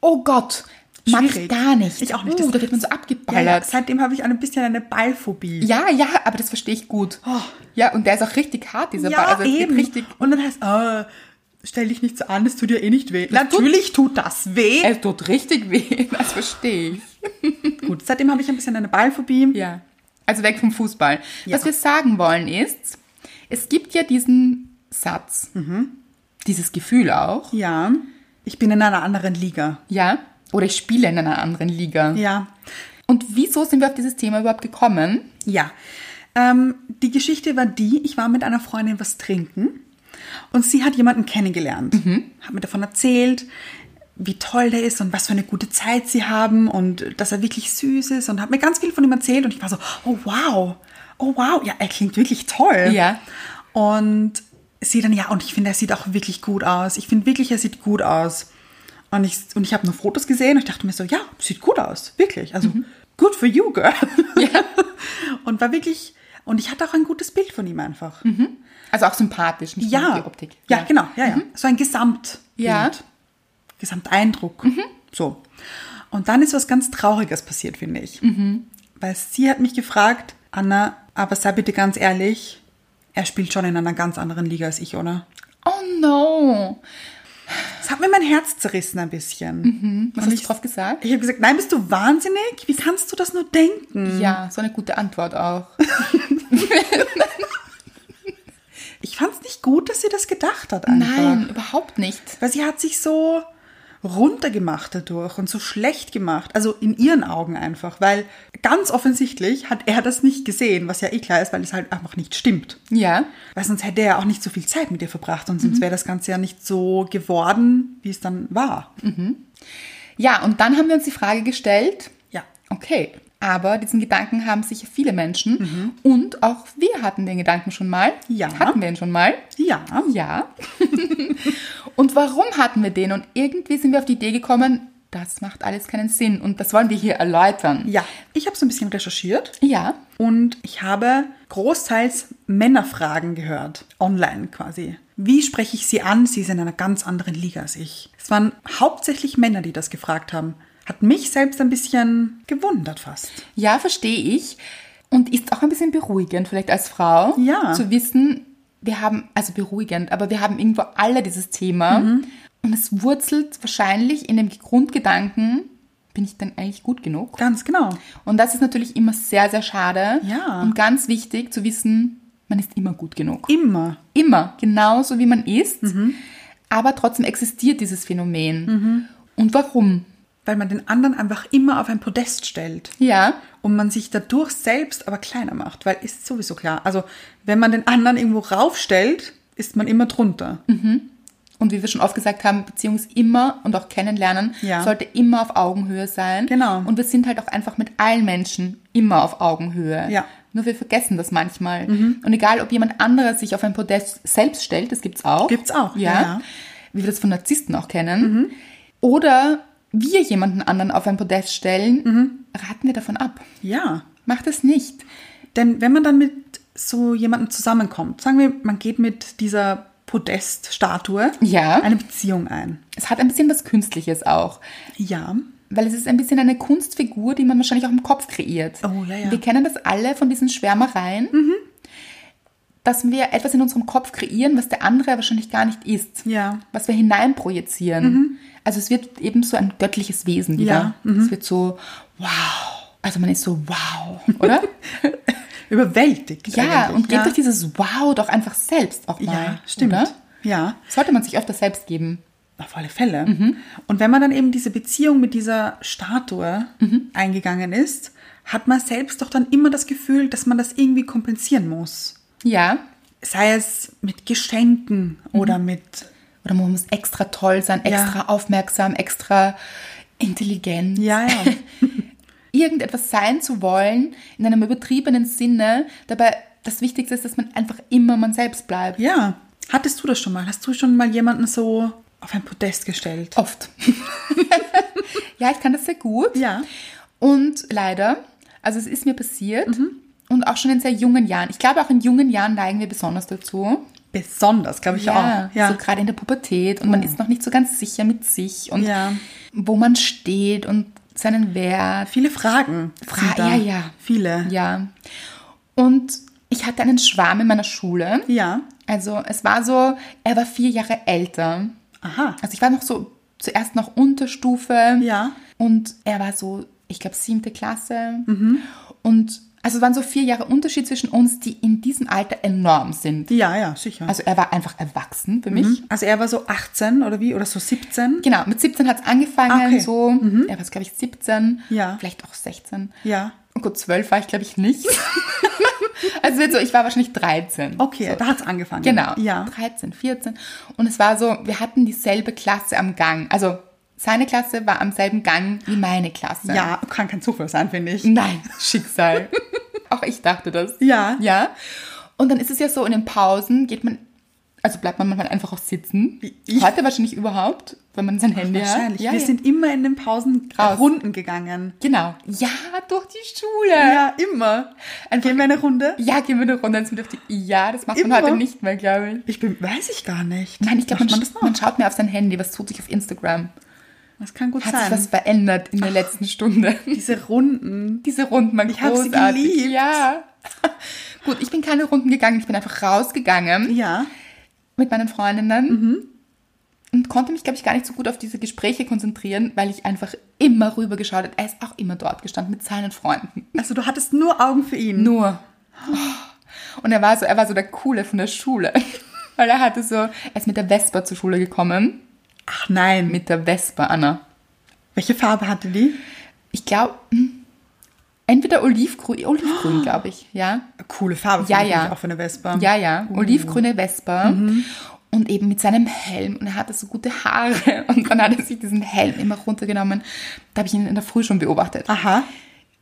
S2: Oh Gott, mag ich
S1: Schwierig.
S2: gar nicht.
S1: Ich auch nicht.
S2: Uh,
S1: Das-
S2: da wird man so
S1: Ja, ja,
S2: abgeballert.
S1: seitdem habe ich ein bisschen eine Ballphobie.
S2: Ja, ja, aber das verstehe ich gut.
S1: Oh.
S2: Ja, und der ist auch richtig hart, dieser Ball. Also es geht richtig.
S1: Und dann heißt, ah, stell dich nicht so an, es tut dir eh nicht weh.
S2: Das tut- Äh,
S1: Natürlich tut das weh.
S2: Es tut richtig weh. Das verstehe ich.
S1: gut, seitdem habe ich ein bisschen eine Ballphobie.
S2: Ja. Also weg vom Fußball.
S1: Ja.
S2: Was wir sagen wollen ist, es gibt ja diesen Satz,
S1: Mhm.
S2: dieses Gefühl auch,
S1: ja. Ich bin in einer anderen Liga.
S2: ja, oder ich spiele in einer anderen Liga.
S1: Ja.
S2: Und wieso sind wir auf dieses Thema überhaupt gekommen?
S1: Ja. Ähm, die Geschichte war die, ich war mit einer Freundin was trinken und sie hat jemanden kennengelernt. Hat mir davon erzählt, wie toll der ist und was für eine gute Zeit sie haben und dass er wirklich süß ist und hat mir ganz viel von ihm erzählt und ich war so, oh wow, oh wow, ja, er klingt wirklich toll.
S2: Ja.
S1: Und sie dann, ja, und ich finde, er sieht auch wirklich gut aus. Ich finde wirklich, er sieht gut aus. Und ich, und ich habe nur Fotos gesehen und ich dachte mir so, ja, sieht gut aus, wirklich. Also, good for you, girl. und war wirklich, und ich hatte auch ein gutes Bild von ihm einfach.
S2: Also auch sympathisch, nicht nur
S1: Ja.
S2: die Optik. Mhm.
S1: ja, genau, ja, ja. So ein Gesamtbild.
S2: Ja. Mhm.
S1: Gesamteindruck. So. Und dann ist was ganz Trauriges passiert, finde ich.
S2: Mhm.
S1: Weil sie hat mich gefragt, Anna, aber sei bitte ganz ehrlich, er spielt schon in einer ganz anderen Liga als ich, oder?
S2: Oh no.
S1: Das hat mir mein Herz zerrissen ein bisschen.
S2: Mhm. Was hast du drauf gesagt?
S1: Ich habe gesagt, nein, bist du wahnsinnig? Wie kannst du das nur denken?
S2: Ja, so eine gute Antwort auch.
S1: Ich fand es nicht gut, dass sie das gedacht hat einfach.
S2: Nein, überhaupt nicht.
S1: Weil sie hat sich so runtergemacht dadurch und so schlecht gemacht. Also in ihren Augen einfach. Weil ganz offensichtlich hat er das nicht gesehen, was ja eh klar ist, weil es halt einfach nicht stimmt.
S2: Ja,
S1: Weil sonst hätte er auch nicht so viel Zeit mit ihr verbracht und sonst wäre das Ganze ja nicht so geworden, wie es dann war.
S2: ja. Und dann haben wir uns die Frage gestellt,
S1: Ja.
S2: Okay, aber diesen Gedanken haben sicher viele Menschen und auch wir hatten den Gedanken schon mal.
S1: Mhm. Ja.
S2: Hatten wir ihn schon mal?
S1: Ja.
S2: Ja. und warum hatten wir den? Und irgendwie sind wir auf die Idee gekommen, das macht alles keinen Sinn und das wollen wir hier erläutern.
S1: Ja. Ich habe so ein bisschen recherchiert.
S2: Ja.
S1: Und ich habe großteils Männerfragen gehört, online quasi. Wie spreche ich sie an? Sie ist in einer ganz anderen Liga als ich. Es waren hauptsächlich Männer, die das gefragt haben. Hat mich selbst ein bisschen gewundert fast.
S2: Ja, verstehe ich. Und ist auch ein bisschen beruhigend, vielleicht als Frau,
S1: Ja.
S2: zu wissen, wir haben, also beruhigend, aber wir haben irgendwo alle dieses Thema.
S1: Mhm.
S2: Und es wurzelt wahrscheinlich in dem Grundgedanken, bin ich denn eigentlich gut genug?
S1: Ganz genau.
S2: Und das ist natürlich immer sehr, sehr schade.
S1: Ja.
S2: Und ganz wichtig zu wissen, man ist immer gut genug.
S1: Immer.
S2: Immer, genauso wie man ist. Aber trotzdem existiert dieses Phänomen. Und warum?
S1: Weil man den anderen einfach immer auf ein Podest stellt.
S2: Ja,
S1: Und man sich dadurch selbst aber kleiner macht, weil ist sowieso klar. Also, wenn man den anderen irgendwo raufstellt, ist man immer drunter.
S2: und wie wir schon oft gesagt haben, Beziehung ist immer und auch Kennenlernen
S1: Ja.
S2: sollte immer auf Augenhöhe sein.
S1: Genau.
S2: Und wir sind halt auch einfach mit allen Menschen immer auf Augenhöhe.
S1: Ja. Mhm.
S2: Nur wir vergessen das manchmal. Und egal, ob jemand anderer sich auf ein Podest selbst stellt, das gibt's auch.
S1: Gibt's auch,
S2: ja.
S1: ja, Mhm. ja.
S2: Wie wir das von Narzissten auch kennen. Oder wir jemanden anderen auf ein Podest stellen,
S1: Mhm.
S2: raten wir davon ab.
S1: Ja.
S2: Macht es nicht.
S1: Denn wenn man dann mit so jemandem zusammenkommt, sagen wir, man geht mit dieser Podeststatue
S2: Ja.
S1: eine Beziehung ein.
S2: Es hat ein bisschen was Künstliches auch.
S1: Ja.
S2: Weil es ist ein bisschen eine Kunstfigur, die man wahrscheinlich auch im Kopf kreiert.
S1: Oh, ja, Mhm. ja.
S2: Wir kennen das alle von diesen Schwärmereien, dass wir etwas in unserem Kopf kreieren, was der andere wahrscheinlich gar nicht ist.
S1: Ja. Mhm.
S2: Was wir hineinprojizieren. Also es wird eben so ein göttliches Wesen wieder. Es wird so, wow. Also man ist so, wow, oder?
S1: Überwältigt.
S2: ja,
S1: eigentlich.
S2: und gebt
S1: ja.
S2: euch dieses Wow doch einfach selbst auch mal.
S1: Ja, stimmt.
S2: Oder?
S1: Ja.
S2: Sollte man sich öfter selbst geben.
S1: Auf alle Fälle.
S2: Mhm.
S1: Und wenn man dann eben diese Beziehung mit dieser Statue
S2: Mhm.
S1: eingegangen ist, hat man selbst doch dann immer das Gefühl, dass man das irgendwie kompensieren muss.
S2: Ja.
S1: Sei es mit Geschenken
S2: Mhm.
S1: oder mit.
S2: Oder man muss extra toll sein,
S1: Ja.
S2: extra aufmerksam, extra intelligent.
S1: Ja, ja.
S2: Irgendetwas sein zu wollen, in einem übertriebenen Sinne. Dabei das Wichtigste ist, dass man einfach immer man selbst bleibt.
S1: ja. Hattest du das schon mal? Hast du schon mal jemanden so auf ein Podest gestellt?
S2: Oft. ja, ich kann das sehr gut.
S1: Ja.
S2: Und leider, also es ist mir passiert
S1: Mhm.
S2: und auch schon in sehr jungen Jahren. Ich glaube, auch in jungen Jahren neigen wir besonders dazu.
S1: Besonders, glaube ich auch.
S2: so gerade in der Pubertät und man ist noch nicht so ganz sicher mit sich und
S1: Ja.
S2: wo man steht und seinen Wert.
S1: Viele Fragen. sind
S2: Fra
S1: da.
S2: ja, ja.
S1: Viele.
S2: Ja. Und ich hatte einen Schwarm in meiner Schule.
S1: Ja.
S2: Also es war so, er war vier Jahre älter.
S1: Aha.
S2: Also ich war noch so zuerst noch Unterstufe.
S1: Ja.
S2: Und er war so, ich glaube, siebte Klasse.
S1: Mhm.
S2: Und also es waren so vier Jahre Unterschied zwischen uns, die in diesem Alter enorm sind.
S1: Ja, ja, sicher.
S2: Also er war einfach erwachsen für mich.
S1: Also er war so 18 oder wie? Oder so 17?
S2: Genau, mit 17 hat es angefangen,
S1: Ah, Okay. Mhm.
S2: so. Er war, glaube ich, 17,
S1: Ja.
S2: vielleicht auch 16.
S1: Ja.
S2: Oh Gott, 12 war ich, glaube ich, nicht. also jetzt so, ich war wahrscheinlich 13.
S1: Okay,
S2: so.
S1: da hat es angefangen.
S2: Genau,
S1: Ja.
S2: 13, 14. Und es war so, wir hatten dieselbe Klasse am Gang. Also seine Klasse war am selben Gang wie meine Klasse.
S1: Ja, kann kein Zufall sein, finde ich.
S2: Nein, Schicksal. Auch ich dachte das.
S1: Ja.
S2: Ja. Und dann ist es ja so, in den Pausen geht man, also bleibt man manchmal einfach auch sitzen.
S1: Ich-
S2: Heute wahrscheinlich überhaupt, wenn man sein Handy hat.
S1: Wahrscheinlich. Wir sind immer in den Pausen
S2: Raus.
S1: Runden gegangen.
S2: Genau. Ja, durch die Schule. Ja,
S1: Ja, immer. Gehen wir eine Runde?
S2: gehen wir eine Runde ins Mittag. Ja, das macht man
S1: Immer.
S2: heute nicht mehr, glaube ich.
S1: Ich bin, weiß ich gar nicht.
S2: Nein, ich glaube,
S1: Macht
S2: man,
S1: man das
S2: sch-
S1: noch?
S2: man schaut mehr auf sein Handy. Was tut sich auf Instagram?
S1: das kann gut
S2: Hat sich was
S1: sein.
S2: verändert in der letzten Stunde?
S1: Diese Runden.
S2: Diese Runden waren
S1: Ich hab sie
S2: großartig.
S1: geliebt.
S2: Ja. Gut, ich bin keine Runden gegangen. Ich bin einfach rausgegangen
S1: Ja.
S2: mit meinen Freundinnen und konnte mich, glaube ich, gar nicht so gut auf diese Gespräche konzentrieren, weil ich einfach immer rüber geschaut habe. Er ist auch immer dort gestanden mit seinen Freunden.
S1: Also du hattest nur Augen für ihn.
S2: Nur. Oh. Und er war so, er war so der Coole von der Schule. Weil er hatte so, er ist mit der Vespa zur Schule gekommen.
S1: Ach nein.
S2: Mit der Vespa, Anna.
S1: Welche Farbe hatte die?
S2: Ich glaube, entweder olivgrün, olivgrün, glaube ich, ja.
S1: Coole Farbe.
S2: Ja,
S1: finde ich,
S2: ja.
S1: Auch für eine Vespa.
S2: Ja, ja, olivgrüne Vespa. Und eben mit seinem Helm. Und er hatte so gute Haare. Und dann hat er sich diesen Helm immer runtergenommen. Da habe ich ihn in der Früh schon beobachtet.
S1: Aha.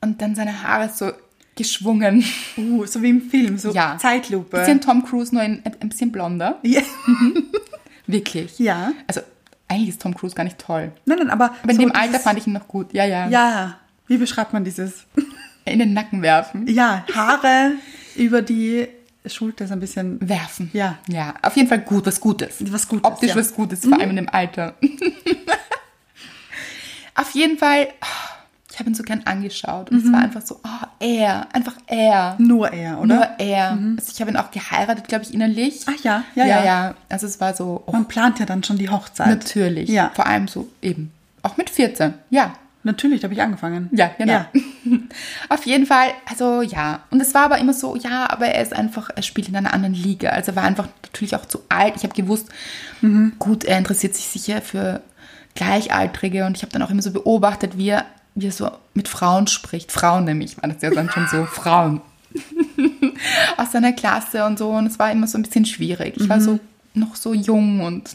S2: Und dann seine Haare so geschwungen.
S1: Uh, so wie im Film, so
S2: Ja.
S1: Zeitlupe.
S2: Bisschen Tom Cruise, nur ein, ein bisschen blonder.
S1: ja.
S2: Wirklich.
S1: ja.
S2: Also eigentlich ist Tom Cruise gar nicht toll.
S1: Nein, nein, aber.
S2: Aber in
S1: so
S2: dem Alter
S1: dieses-
S2: fand ich ihn noch gut. Ja, ja.
S1: Ja. Wie beschreibt man dieses?
S2: In den Nacken werfen.
S1: Ja, Haare über die Schulter ist ein bisschen.
S2: Werfen.
S1: Ja.
S2: Ja, auf jeden Fall gut, was Gutes.
S1: Was Gutes,
S2: Optisch
S1: ja. Mhm.
S2: was Gutes, vor allem in dem Alter. auf jeden Fall, oh, ich habe ihn so gern angeschaut.
S1: Mhm.
S2: Und es war einfach so, oh, er, einfach er.
S1: Nur er, oder?
S2: Nur er. Also ich habe ihn auch geheiratet, glaube ich, innerlich.
S1: Mhm. Ach ja, ja,
S2: ja.
S1: ja.
S2: Also es war so, oh,
S1: Man plant ja dann schon die Hochzeit.
S2: natürlich.
S1: Ja.
S2: Vor allem so eben. Auch mit 14, ja.
S1: Natürlich, da habe ich angefangen.
S2: Ja, genau. Auf jeden Fall, also ja. Und es war aber immer so, ja, aber er ist einfach, er spielt in einer anderen Liga. Also er war einfach natürlich auch zu alt. Ich habe gewusst, gut, er interessiert sich sicher für Gleichaltrige. Und ich habe dann auch immer so beobachtet, wie er, wie er so mit Frauen spricht. Frauen nämlich, war das ja dann schon so, Frauen. Aus seiner Klasse und so. Und es war immer so ein bisschen schwierig. Ich war so noch so jung und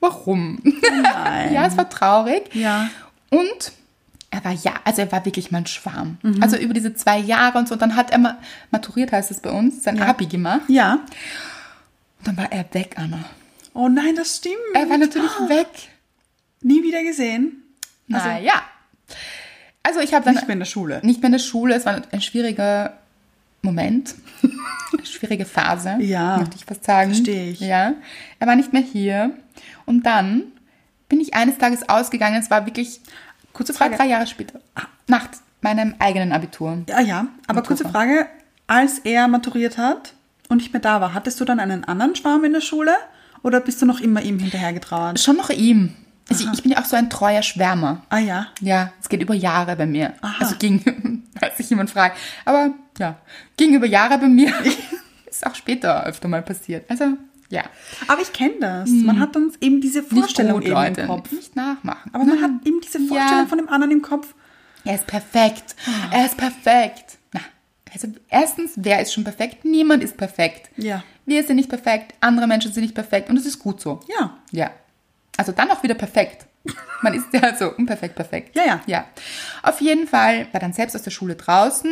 S2: warum?
S1: Nein.
S2: ja, es war traurig.
S1: Ja.
S2: Und er war ja, also er war wirklich mein Schwarm. Also über diese zwei Jahre und so. Und dann hat er ma maturiert, heißt es bei uns, sein Abi gemacht.
S1: Ja.
S2: Und dann war er weg, Anna.
S1: Oh nein, das stimmt.
S2: Er war natürlich weg.
S1: Nie wieder gesehen. Also-
S2: Naja. Also ich habe dann
S1: Nicht mehr in der Schule.
S2: nicht mehr in der Schule. Es war ein schwieriger Moment, eine schwierige Phase,
S1: Ja.
S2: möchte ich fast sagen.
S1: Verstehe ich.
S2: Ja, er war nicht mehr hier. Und dann bin ich eines Tages ausgegangen. Es war wirklich
S1: Kurze
S2: zwei,
S1: Frage.
S2: drei Jahre später, nach meinem eigenen Abitur.
S1: Ja, Ah, ja. Aber kurze Frage. Als er maturiert hat und nicht mehr da war, hattest du dann einen anderen Schwarm in der Schule? Oder bist du noch immer ihm hinterhergetrauert?
S2: Schon noch ihm. Also ich bin ja auch so ein treuer Schwärmer.
S1: Ah ja.
S2: Ja, es geht über Jahre bei mir. Also ging, falls sich jemand fragt. Aber ja, ging über Jahre bei mir. Ist auch später öfter mal passiert. Also ja.
S1: Aber ich kenne das. Man hat uns eben diese Vorstellung
S2: Hm. Nicht
S1: eben
S2: Leute.
S1: im Kopf.
S2: Nicht nachmachen. Hm.
S1: Aber man hat eben diese Vorstellung
S2: Ja.
S1: von dem anderen im Kopf.
S2: Er ist perfekt. Er ist perfekt. Na, also erstens, wer ist schon perfekt? Niemand ist perfekt.
S1: Ja.
S2: Wir sind nicht perfekt, andere Menschen sind nicht perfekt und es ist gut so.
S1: Ja.
S2: Ja. Also dann auch wieder perfekt. Man ist ja so unperfekt perfekt.
S1: Ja, ja.
S2: Ja. Auf jeden Fall war dann selbst aus der Schule draußen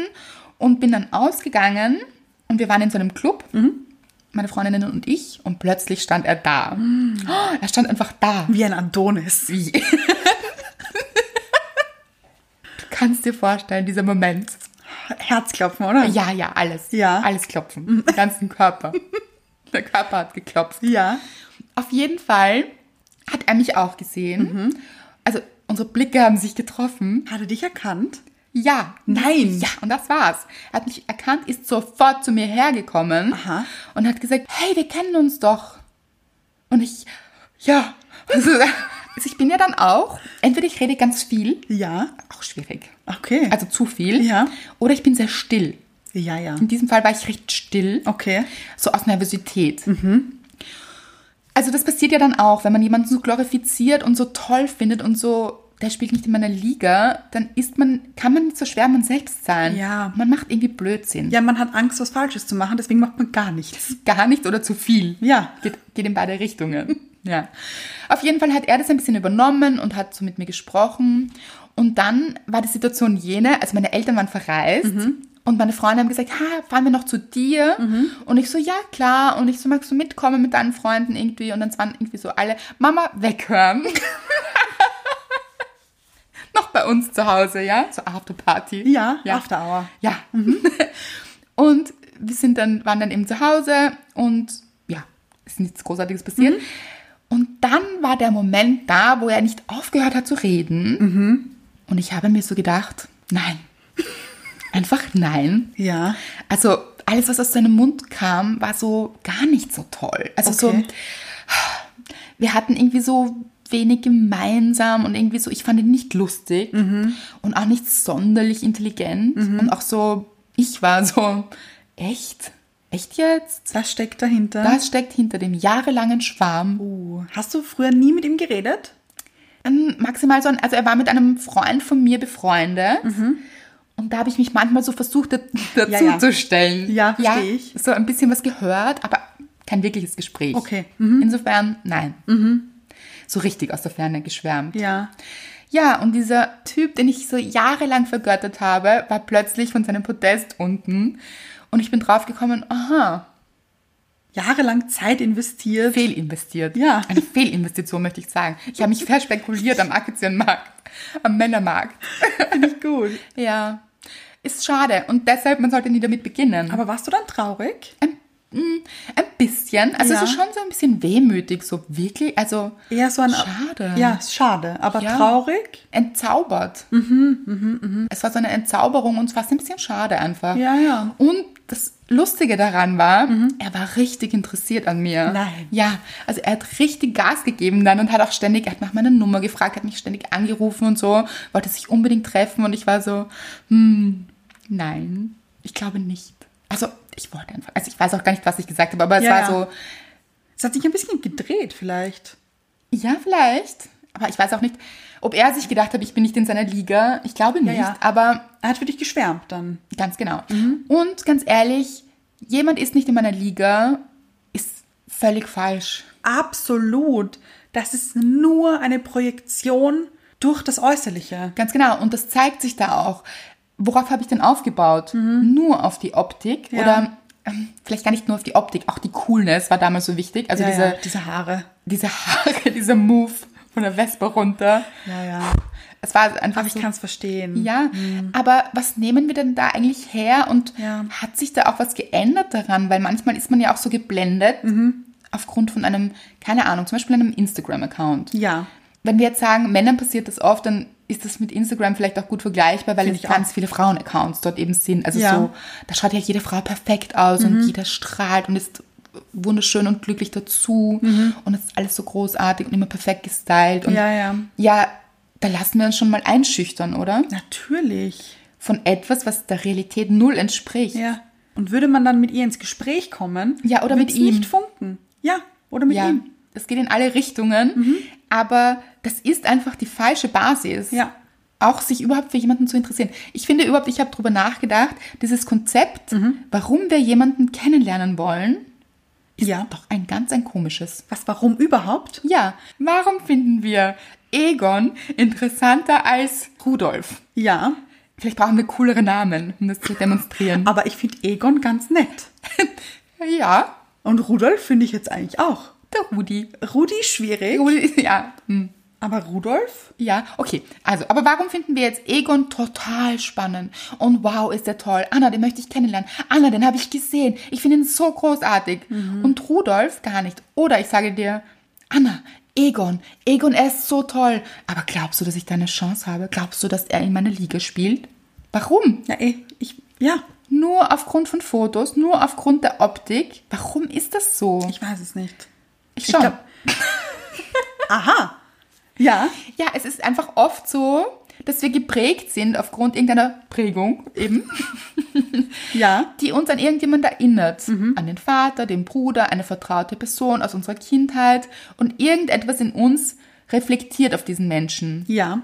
S2: und bin dann ausgegangen und wir waren in so einem Club,
S1: Mhm.
S2: meine Freundinnen und ich, und plötzlich stand er da.
S1: Mhm.
S2: Oh, er stand einfach da.
S1: Wie ein Adonis.
S2: Wie? du kannst dir vorstellen, dieser Moment.
S1: Herzklopfen, oder?
S2: Ja, ja, alles.
S1: Ja.
S2: Alles klopfen. Den ganzen Körper. Der Körper hat geklopft.
S1: Ja.
S2: Auf jeden Fall hat er mich auch gesehen.
S1: Mhm.
S2: Also unsere Blicke haben sich getroffen.
S1: Hat er dich erkannt?
S2: Ja.
S1: Nein.
S2: Ja, und das war's. Er hat mich erkannt, ist sofort zu mir hergekommen
S1: Aha.
S2: und hat gesagt, hey, wir kennen uns doch. Und ich, ja. Also, also ich bin ja dann auch, entweder ich rede ganz viel,
S1: Ja.
S2: auch schwierig,
S1: Okay.
S2: also zu viel,
S1: Ja.
S2: oder ich bin sehr still.
S1: ja, ja.
S2: In diesem Fall war ich recht still.
S1: Okay. Mhm.
S2: So aus Nervosität. Also das passiert ja dann auch, wenn man jemanden so glorifiziert und so toll findet und so, der spielt nicht in meiner Liga, dann ist man, kann man nicht so schwer man selbst sein.
S1: Ja.
S2: Man macht irgendwie Blödsinn.
S1: Ja, man hat Angst, was Falsches zu machen, deswegen macht man gar nichts.
S2: Gar nichts oder zu viel.
S1: Ja.
S2: Geht, geht in beide Richtungen. Ja. Auf jeden Fall hat er das ein bisschen übernommen und hat so mit mir gesprochen. Und dann war die Situation jene, also meine Eltern waren verreist
S1: Mhm.
S2: und meine Freunde haben gesagt, ha, fahren wir noch zu dir? Und ich so, ja, klar. Und ich so, magst du mitkommen mit deinen Freunden irgendwie? Und dann waren irgendwie so alle, Mama, weghören. noch bei uns zu Hause, ja? So Afterparty.
S1: Ja, After Hour. Mhm.
S2: Ja. Und wir sind dann, waren dann eben zu Hause und ja, ist nichts Großartiges passiert.
S1: Mhm.
S2: Und dann war der Moment da, wo er nicht aufgehört hat zu reden. Und ich habe mir so gedacht, nein. Einfach nein.
S1: Ja.
S2: Also alles, was aus seinem Mund kam, war so gar nicht so toll. Also
S1: Okay.
S2: so, wir hatten irgendwie so wenig gemeinsam und irgendwie so, ich fand ihn nicht lustig und auch nicht sonderlich intelligent und auch so, ich war so, echt? Echt jetzt?
S1: Das steckt dahinter.
S2: Das steckt hinter dem jahrelangen Schwarm.
S1: Uh, Hast du früher nie mit ihm geredet?
S2: Ähm, Maximal so ein, also er war mit einem Freund von mir befreundet. Und da habe ich mich manchmal so versucht, da- dazu
S1: Mhm. Ja, ja.
S2: zu stellen.
S1: Ja, verstehe ich.
S2: So ein bisschen was gehört, aber kein wirkliches Gespräch. Mhm.
S1: Okay. Mhm.
S2: Insofern, nein. So richtig aus der Ferne geschwärmt.
S1: Ja.
S2: Ja, und dieser Typ, den ich so jahrelang vergöttert habe, war plötzlich von seinem Podest unten. Und ich bin draufgekommen, aha,
S1: Jahrelang Zeit investiert.
S2: fehlinvestiert.
S1: Ja.
S2: Eine Fehlinvestition, möchte ich sagen. Ich habe mich verspekuliert am Aktienmarkt, am Männermarkt.
S1: Nicht gut.
S2: Ja, ist schade. Und deshalb, man sollte nie damit beginnen.
S1: Aber warst du dann traurig?
S2: ein bisschen, also
S1: Ja.
S2: es ist schon so ein bisschen wehmütig, so wirklich, also
S1: Eher so ein.
S2: Schade.
S1: Ja, schade. Aber
S2: Ja.
S1: traurig? Mhm,
S2: entzaubert. Es war so eine Entzauberung und es war ein bisschen schade einfach.
S1: Ja, ja.
S2: Und das Lustige daran war, er war richtig interessiert an mir.
S1: Nein.
S2: Ja, also er hat richtig Gas gegeben dann und hat auch ständig, er hat nach meiner Nummer gefragt, hat mich ständig angerufen und so, wollte sich unbedingt treffen und ich war so, hm, nein, ich glaube nicht. Also ich wollte einfach, also ich weiß auch gar nicht, was ich gesagt habe, aber es
S1: Ja,
S2: war
S1: ja.
S2: so,
S1: Es hat sich ein bisschen gedreht vielleicht.
S2: ja, vielleicht. Aber ich weiß auch nicht, ob er sich gedacht hat, ich bin nicht in seiner Liga. Ich glaube nicht,
S1: ja.
S2: aber
S1: Er hat für dich geschwärmt dann.
S2: Ganz genau.
S1: Mhm.
S2: Und ganz ehrlich, jemand ist nicht in meiner Liga, ist völlig falsch.
S1: Absolut. Das ist nur eine Projektion durch das Äußerliche.
S2: Ganz genau. Und das zeigt sich da auch. Worauf habe ich denn aufgebaut? Nur auf die Optik
S1: Mhm. Ja.
S2: oder ähm, vielleicht gar nicht nur auf die Optik, auch die Coolness war damals so wichtig. Also
S1: Ja,
S2: diese,
S1: ja, diese Haare.
S2: diese Haare, dieser Move von der Wespe runter.
S1: Ja, ja.
S2: Es war einfach
S1: Aber ich
S2: so,
S1: kann es verstehen.
S2: Also ja. Aber was nehmen wir denn da eigentlich her und
S1: Mhm. Ja.
S2: hat sich da auch was geändert daran? Weil manchmal ist man ja auch so geblendet
S1: Mhm.
S2: aufgrund von einem, keine Ahnung, zum Beispiel einem Instagram-Account.
S1: Ja.
S2: Wenn wir jetzt sagen, Männern passiert das oft, dann ist das mit Instagram vielleicht auch gut vergleichbar, weil
S1: Finde
S2: es
S1: ich
S2: ganz viele Frauen-Accounts dort eben sind. Also
S1: Ja. Mhm.
S2: so, da schaut ja jede Frau perfekt aus und jeder strahlt und ist wunderschön und glücklich dazu und es ist alles so großartig und immer perfekt gestylt. Und
S1: Mhm. Ja, ja.
S2: Ja, da lassen wir uns schon mal einschüchtern, oder?
S1: Natürlich.
S2: Von etwas, was der Realität null entspricht.
S1: Ja. Und würde man dann mit ihr ins Gespräch kommen?
S2: Ja, oder mit
S1: wird's
S2: ihm.
S1: nicht funken. Ja, oder mit
S2: ja.
S1: ihm. Mhm.
S2: Es geht in alle Richtungen, aber das ist einfach die falsche Basis.
S1: Ja.
S2: Auch sich überhaupt für jemanden zu interessieren. Ich finde überhaupt, ich habe drüber nachgedacht, dieses Konzept,
S1: Mhm.
S2: warum wir jemanden kennenlernen wollen, ist
S1: Ja.
S2: doch ein ganz ein komisches.
S1: Was, warum überhaupt?
S2: Ja, warum finden wir Egon interessanter als Rudolf?
S1: Ja.
S2: Vielleicht brauchen wir coolere Namen, um das zu demonstrieren.
S1: Aber ich finde Egon ganz nett.
S2: ja,
S1: Und Rudolf finde ich jetzt eigentlich auch.
S2: der Rudi.
S1: Rudi schwierig,
S2: Rudi, ja. hm.
S1: aber Rudolf?
S2: Ja, okay. Also, aber warum finden wir jetzt Egon total spannend? Und wow, ist der toll. Anna, den möchte ich kennenlernen. Anna, den habe ich gesehen. Ich finde ihn so großartig. Und Rudolf gar nicht. Oder ich sage dir, Anna, Egon, Egon, er ist so toll. Aber glaubst du, dass ich da eine Chance habe? Glaubst du, dass er in meiner Liga spielt? Warum?
S1: Ja, eh, ich, ja,
S2: Nur aufgrund von Fotos, nur aufgrund der Optik. Warum ist das so?
S1: ich weiß es nicht.
S2: Ich
S1: ich glaub- Aha. Ja.
S2: Ja, es ist einfach oft so, dass wir geprägt sind aufgrund irgendeiner Prägung eben,
S1: Ja.
S2: die uns an irgendjemand erinnert.
S1: Mhm.
S2: An den Vater, den Bruder, eine vertraute Person aus unserer Kindheit und irgendetwas in uns reflektiert auf diesen Menschen,
S1: Ja.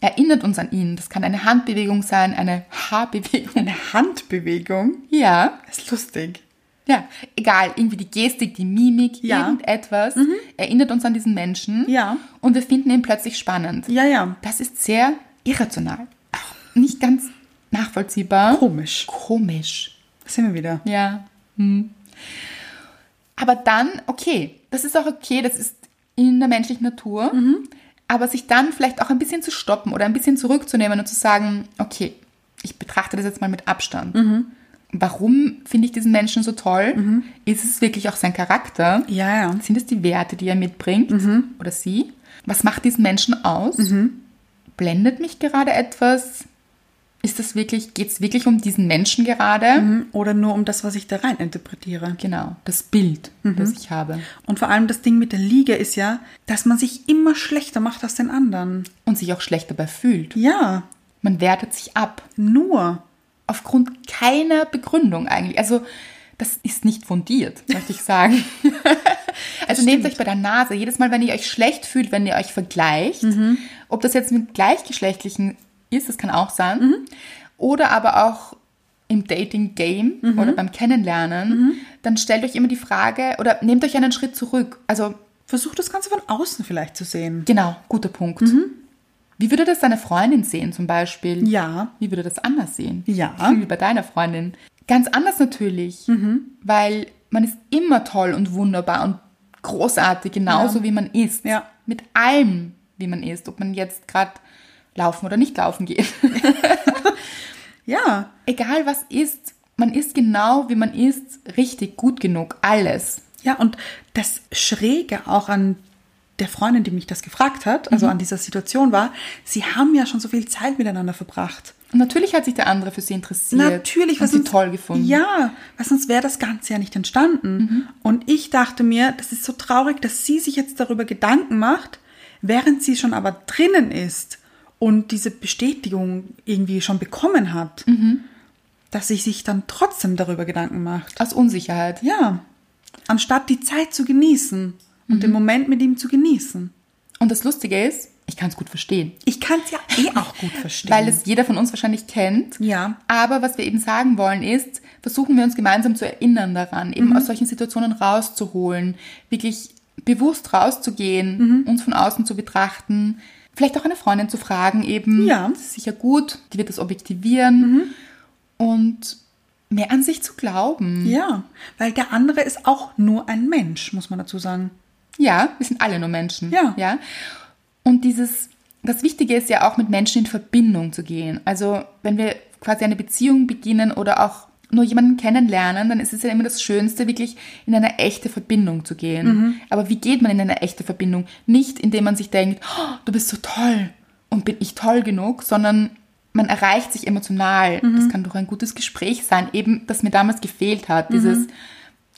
S2: erinnert uns an ihn. Das kann eine Handbewegung sein, eine Haarbewegung.
S1: Eine Handbewegung.
S2: Ja,
S1: Das ist lustig.
S2: ja, egal, irgendwie die Gestik, die Mimik,
S1: Ja. Mhm.
S2: irgendetwas erinnert uns an diesen Menschen
S1: Ja.
S2: und wir finden ihn plötzlich spannend.
S1: Ja, ja.
S2: Das ist sehr irrational. Auch Nicht ganz nachvollziehbar.
S1: Komisch.
S2: Komisch.
S1: Da sind wir wieder.
S2: Ja. Hm. Aber dann, okay, das ist auch okay, das ist in der menschlichen Natur. Aber sich dann vielleicht auch ein bisschen zu stoppen oder ein bisschen zurückzunehmen und zu sagen, okay, ich betrachte das jetzt mal mit Abstand. Warum finde ich diesen Menschen so toll? Ist es wirklich auch sein Charakter?
S1: Ja, ja.
S2: Sind es die Werte, die er mitbringt oder sie? Was macht diesen Menschen aus? Blendet mich gerade etwas? Ist das wirklich, geht es wirklich um diesen Menschen gerade?
S1: Oder nur um das, was ich da rein interpretiere.
S2: Genau, das Bild, das ich habe.
S1: Und vor allem das Ding mit der Liga ist ja, dass man sich immer schlechter macht als den anderen.
S2: Und sich auch schlecht dabei fühlt.
S1: Ja,
S2: Man wertet sich ab.
S1: nur.
S2: Aufgrund keiner Begründung eigentlich. Also, das ist nicht fundiert, möchte ich sagen. also nehmt euch bei der Nase. Jedes Mal, wenn ihr euch schlecht fühlt, wenn ihr euch vergleicht, ob das jetzt mit Gleichgeschlechtlichen ist, das kann auch sein. Oder aber auch im Dating-Game oder beim Kennenlernen, dann stellt euch immer die Frage oder nehmt euch einen Schritt zurück. Also
S1: Versucht das Ganze von außen vielleicht zu sehen.
S2: Genau, guter Punkt. Wie würde das deine Freundin sehen zum Beispiel?
S1: Mhm. Ja.
S2: Wie würde das anders sehen?
S1: Ja.
S2: Wie bei deiner Freundin. Ganz anders natürlich,
S1: Mhm.
S2: weil man ist immer toll und wunderbar und großartig, genauso wie man ist.
S1: Ja.
S2: Mit allem, wie man ist, ob man jetzt gerade laufen oder nicht laufen geht.
S1: Ja,
S2: Egal was ist, man ist genau, wie man ist, richtig gut genug, alles.
S1: ja, und das Schräge auch an der Freundin, die mich das gefragt hat, also an dieser Situation war, sie haben ja schon so viel Zeit miteinander verbracht.
S2: Und natürlich hat sich der andere für sie interessiert.
S1: Natürlich,
S2: und
S1: weil
S2: sie
S1: sonst-
S2: toll gefunden.
S1: Ja, weil sonst wäre das Ganze ja nicht entstanden. Und ich dachte mir, das ist so traurig, dass sie sich jetzt darüber Gedanken macht, während sie schon aber drinnen ist und diese Bestätigung irgendwie schon bekommen hat, dass sie sich dann trotzdem darüber Gedanken macht.
S2: Aus Unsicherheit.
S1: Ja, anstatt die Zeit zu genießen und den Moment mit ihm zu genießen.
S2: Und das Lustige ist, ich kann es gut verstehen.
S1: Ich kann es ja eh auch gut verstehen.
S2: Weil es jeder von uns wahrscheinlich kennt.
S1: Ja.
S2: Aber was wir eben sagen wollen ist, versuchen wir uns gemeinsam zu erinnern daran,
S1: Mhm.
S2: eben aus solchen Situationen rauszuholen, wirklich bewusst rauszugehen,
S1: Mhm.
S2: uns von außen zu betrachten, vielleicht auch eine Freundin zu fragen eben.
S1: Ja. Mhm.
S2: Das ist sicher gut, die wird das objektivieren. Und mehr an sich zu glauben.
S1: ja, weil der andere ist auch nur ein Mensch, muss man dazu sagen.
S2: Ja, wir sind alle nur Menschen.
S1: Ja.
S2: ja? Und dieses, das Wichtige ist ja auch mit Menschen in Verbindung zu gehen. Also wenn wir quasi eine Beziehung beginnen oder auch nur jemanden kennenlernen, dann ist es ja immer das Schönste, wirklich in eine echte Verbindung zu gehen.
S1: Mhm.
S2: Aber wie geht man in eine echte Verbindung? Nicht indem man sich denkt, oh, du bist so toll und bin ich toll genug, sondern man erreicht sich emotional.
S1: Mhm.
S2: Das kann durch ein gutes Gespräch sein, eben das mir damals gefehlt hat. Dieses,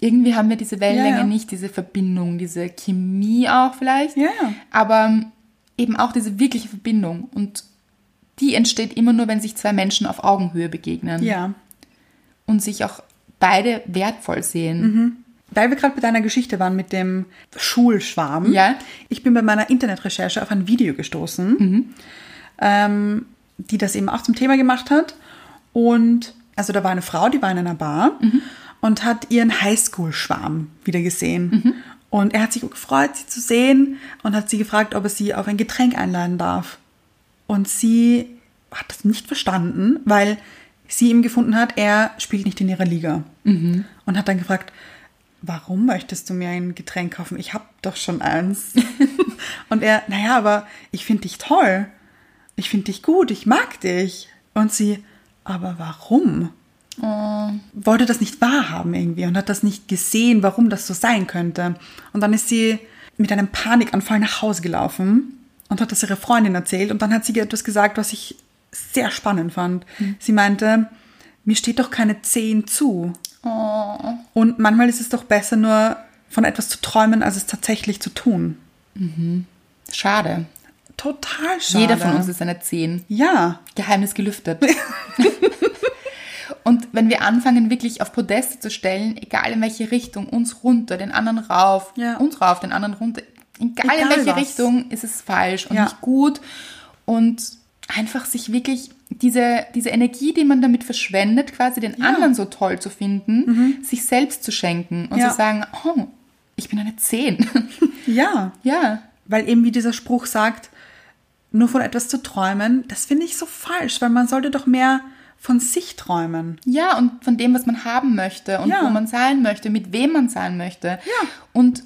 S2: irgendwie haben wir diese Wellenlänge
S1: Mhm. Ja, ja.
S2: nicht, diese Verbindung, diese Chemie auch vielleicht.
S1: Ja, ja.
S2: Aber ähm, eben auch diese wirkliche Verbindung. Und die entsteht immer nur, wenn sich zwei Menschen auf Augenhöhe begegnen
S1: Ja.
S2: und sich auch beide wertvoll
S1: Mhm.
S2: sehen.
S1: Weil wir gerade bei deiner Geschichte waren mit dem Schulschwarm.
S2: Ja.
S1: Ich bin bei meiner Internetrecherche auf ein Video gestoßen, ähm, die das eben auch zum Thema gemacht hat. Und also da war eine Frau, die war in einer Bar und hat ihren Highschool-Schwarm wieder gesehen. Und er hat sich gefreut, sie zu sehen und hat sie gefragt, ob er sie auf ein Getränk einladen darf. Und sie hat das nicht verstanden, weil sie ihm gefunden hat, er spielt nicht in ihrer Liga. Und hat dann gefragt, warum möchtest du mir ein Getränk kaufen? Ich habe doch schon eins. und er, naja, aber ich finde dich toll. Ich finde dich gut. Ich mag dich. Und sie, aber warum?
S2: Oh.
S1: wollte das nicht wahrhaben irgendwie und hat das nicht gesehen, warum das so sein könnte. Und dann ist sie mit einem Panikanfall nach Hause gelaufen und hat das ihrer Freundin erzählt. Und dann hat sie ihr etwas gesagt, was ich sehr spannend fand.
S2: Hm.
S1: Sie meinte, mir steht doch keine 10 zu.
S2: Oh.
S1: Und manchmal ist es doch besser, nur von etwas zu träumen, als es tatsächlich zu tun.
S2: Schade.
S1: Total schade.
S2: Jeder von uns ist eine Zehn.
S1: Ja,
S2: Geheimnis gelüftet. Und wenn wir anfangen, wirklich auf Podeste zu stellen, egal in welche Richtung, uns runter, den anderen rauf,
S1: Ja.
S2: uns rauf, den anderen runter, egal, in
S1: Egal
S2: welche
S1: was.
S2: Richtung, ist es falsch und
S1: Ja.
S2: nicht gut. Und einfach sich wirklich diese, diese Energie, die man damit verschwendet, quasi den anderen so toll zu finden, sich selbst zu schenken und
S1: Mhm. Ja.
S2: zu sagen, oh, ich bin eine 10.
S1: ja.
S2: ja,
S1: Weil eben wie dieser Spruch sagt, nur von etwas zu träumen, das finde ich so falsch, weil man sollte doch mehr von sich träumen.
S2: Ja, und von dem, was man haben möchte und
S1: Ja.
S2: wo man sein möchte, mit wem man sein möchte.
S1: Ja.
S2: Und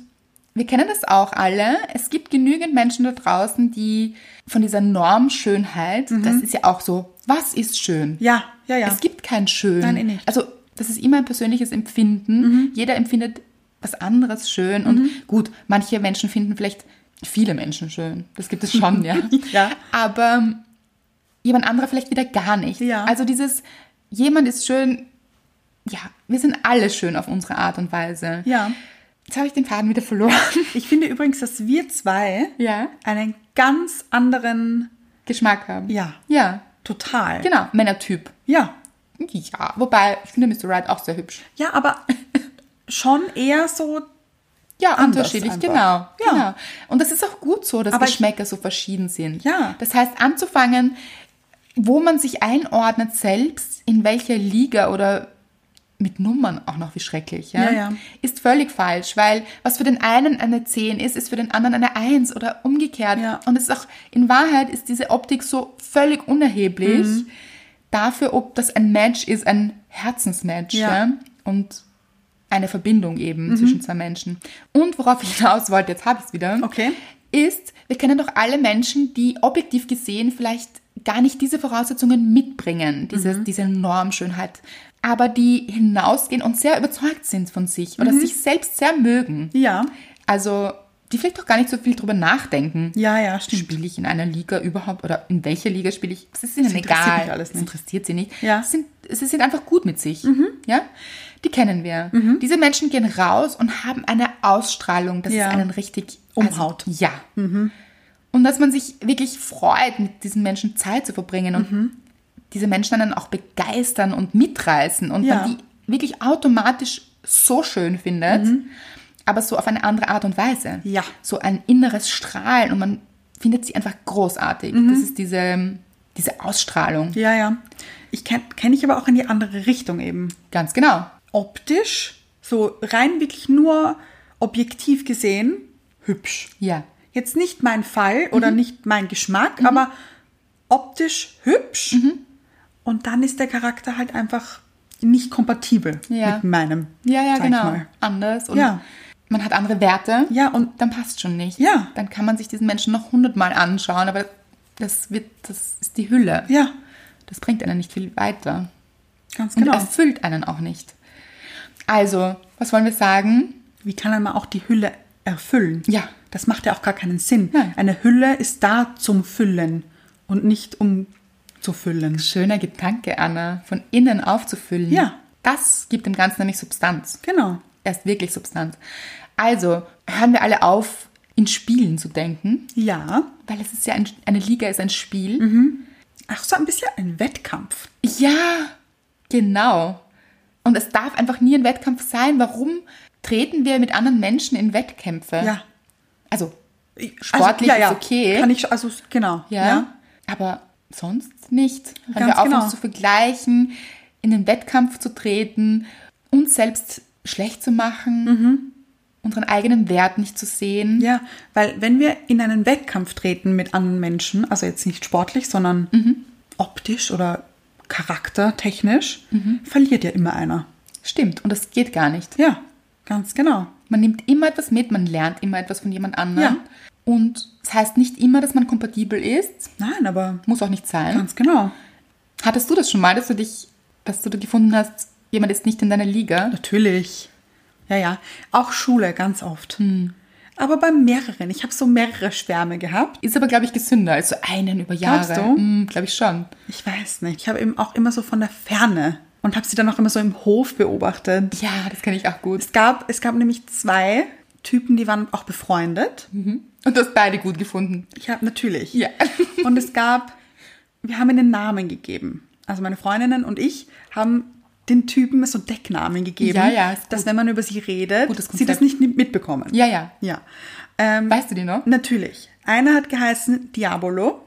S2: wir kennen das auch alle. Es gibt genügend Menschen da draußen, die von dieser Norm Schönheit,
S1: Mhm.
S2: das ist ja auch so, was ist schön?
S1: Ja, ja, ja.
S2: Es gibt kein Schön.
S1: Nein, eh nicht. Mhm.
S2: Also, das ist immer ein persönliches Empfinden. Jeder empfindet was anderes schön. Und gut, manche Menschen finden vielleicht viele Menschen schön. Das gibt es schon, ja.
S1: Ja.
S2: Aber ähm, jemand anderer vielleicht wieder gar nicht.
S1: Ja.
S2: Also dieses, jemand ist schön, ja, wir sind alle schön auf unsere Art und Weise.
S1: ja.
S2: Jetzt habe ich den Faden wieder verloren.
S1: Ich finde übrigens, dass wir zwei
S2: Ja.
S1: einen ganz anderen,
S2: Geschmack haben.
S1: ja,
S2: Ja,
S1: total.
S2: genau. Männertyp.
S1: Ja.
S2: Ja, wobei, ich finde Mr. Right auch sehr hübsch.
S1: Ja, aber schon eher so,
S2: Ja,
S1: Anders
S2: unterschiedlich,
S1: einfach.
S2: genau,
S1: Ja.
S2: genau. Und das ist auch gut so, dass
S1: Aber ich-
S2: Geschmäcker so verschieden sind.
S1: Ja.
S2: Das heißt, anzufangen, wo man sich einordnet selbst, in welcher Liga oder mit Nummern auch noch wie schrecklich, ja,
S1: Ja, ja.
S2: ist völlig falsch, weil was für den einen eine 10 ist, ist für den anderen eine 1 oder umgekehrt.
S1: Ja.
S2: Und es ist auch, in Wahrheit ist diese Optik so völlig unerheblich
S1: Mhm.
S2: dafür, ob das ein Match ist, ein Herzensmatch,
S1: Ja.
S2: ja? Und eine Verbindung eben zwischen zwei Menschen. Und worauf ich hinaus wollte, jetzt habe ich es wieder,
S1: Okay.
S2: ist, wir kennen doch alle Menschen, die objektiv gesehen vielleicht gar nicht diese Voraussetzungen mitbringen, diese, diese Normschönheit, aber die hinausgehen und sehr überzeugt sind von sich oder sich selbst sehr mögen.
S1: ja,
S2: Also die vielleicht auch gar nicht so viel drüber nachdenken.
S1: Ja, ja, stimmt.
S2: Spiele ich in einer Liga überhaupt oder in welcher Liga spiele ich? Es ist ihnen
S1: interessiert
S2: egal.
S1: mich alles
S2: Es
S1: nicht.
S2: interessiert sie nicht. Mhm.
S1: Ja.
S2: Sie, sind, sie sind einfach gut mit sich. Ja? Die kennen wir. Diese Menschen gehen raus und haben eine Ausstrahlung, dass
S1: Ja.
S2: es einen richtig
S1: Umhaut.
S2: Also, ja. Und dass man sich wirklich freut, mit diesen Menschen Zeit zu verbringen und diese Menschen dann auch begeistern und mitreißen und
S1: Ja.
S2: man die wirklich automatisch so schön findet, aber so auf eine andere Art und Weise.
S1: Ja.
S2: So ein inneres Strahlen und man findet sie einfach großartig.
S1: Mhm.
S2: Das ist diese, diese Ausstrahlung.
S1: Ja, ja. Ich kenne kenn ich aber auch in die andere Richtung eben.
S2: Ganz genau.
S1: Optisch, so rein wirklich nur objektiv gesehen, hübsch.
S2: Ja.
S1: Jetzt nicht mein Fall oder
S2: Mhm.
S1: nicht mein Geschmack, aber optisch hübsch.
S2: Mhm.
S1: Und dann ist der Charakter halt einfach nicht kompatibel
S2: Ja.
S1: mit meinem.
S2: Ja, ja,
S1: sag ich
S2: genau.
S1: mal.
S2: Anders. Und
S1: Ja.
S2: man hat andere Werte.
S1: Ja, und-
S2: dann passt schon nicht.
S1: Ja.
S2: Dann kann man sich diesen Menschen noch hundertmal anschauen, aber das wird, das ist die Hülle.
S1: Ja,
S2: Das bringt einen nicht viel weiter.
S1: ganz
S2: Und
S1: genau.
S2: erfüllt einen auch nicht. Also, was wollen wir sagen?
S1: Wie kann man auch die Hülle erfüllen?
S2: Ja.
S1: Das macht ja auch gar keinen Sinn.
S2: Nein.
S1: Eine Hülle ist da zum Füllen und nicht um zu füllen.
S2: Schöner Gedanke, Anna, von innen aufzufüllen.
S1: Ja.
S2: Das gibt dem Ganzen nämlich Substanz.
S1: Genau.
S2: Erst wirklich Substanz. Also, hören wir alle auf, in Spielen zu denken,
S1: Ja.
S2: weil es ist ja ein, eine Liga, ist ein Spiel.
S1: Ach, so ein bisschen ein Wettkampf.
S2: Ja, genau. Und es darf einfach nie ein Wettkampf sein. Warum treten wir mit anderen Menschen in Wettkämpfe?
S1: Ja.
S2: Also,
S1: Ich-
S2: Sportlich ist okay.
S1: Kann ich, also, genau.
S2: ja, aber sonst nicht. Hören
S1: Ganz
S2: wir auf,
S1: genau.
S2: uns zu vergleichen, in den Wettkampf zu treten, uns selbst schlecht zu machen,
S1: Mhm.
S2: unseren eigenen Wert nicht zu sehen.
S1: Ja, weil wenn wir in einen Wettkampf treten mit anderen Menschen, also jetzt nicht sportlich, sondern optisch oder charaktertechnisch, verliert ja immer einer.
S2: Stimmt, und das geht gar nicht.
S1: Ja, ganz genau.
S2: Man nimmt immer etwas mit, man lernt immer etwas von jemand anderem.
S1: Ja.
S2: Und das heißt nicht immer, dass man kompatibel ist.
S1: Nein, aber
S2: Muss auch nicht sein.
S1: ganz genau.
S2: Hattest du das schon mal, dass du dich, dass du gefunden hast, jemand ist nicht in deiner Liga?
S1: Natürlich. Ja, ja. Auch Schule ganz oft. Aber bei mehreren. Ich habe so mehrere Schwärme gehabt.
S2: Ist aber, glaube ich, gesünder als so einen über Jahre.
S1: Glaubst du?
S2: Mm, glaube ich schon.
S1: Ich weiß nicht. Ich habe eben auch immer so von der Ferne und habe sie dann auch immer so im Hof beobachtet.
S2: Ja, das kenne ich auch gut.
S1: Es gab, es gab nämlich zwei Typen, die waren auch befreundet.
S2: Und du hast beide gut gefunden.
S1: Ich habe natürlich.
S2: Ja.
S1: Und es gab, wir haben ihnen Namen gegeben. Also meine Freundinnen und ich haben den Typen so Decknamen gegeben,
S2: Ja, ja, ist
S1: dass
S2: gut.
S1: wenn man über sie redet,
S2: Gutes
S1: sie das nicht mitbekommen.
S2: Ja, ja.
S1: ja. Ähm,
S2: Weißt du die noch?
S1: Natürlich. Einer hat geheißen Diabolo,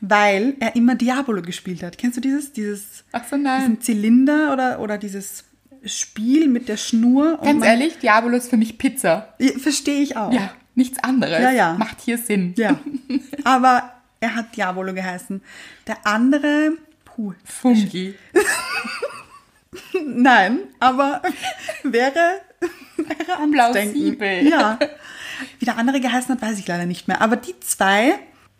S1: weil er immer Diabolo gespielt hat. Kennst du dieses, dieses
S2: Ach so, nein.
S1: diesen Zylinder oder, oder dieses Spiel mit der Schnur? und
S2: Ganz
S1: man-
S2: ehrlich, Diabolo ist für mich Pizza.
S1: Ja, Verstehe ich auch.
S2: Ja, nichts anderes.
S1: Ja, ja.
S2: Macht hier Sinn.
S1: Ja. Aber er hat Diabolo geheißen. Der andere, puh,
S2: Fungi.
S1: nein, aber wäre, wäre ans Denken.
S2: Plausibel.
S1: Ja. Wie der andere geheißen hat, weiß ich leider nicht mehr. Aber die zwei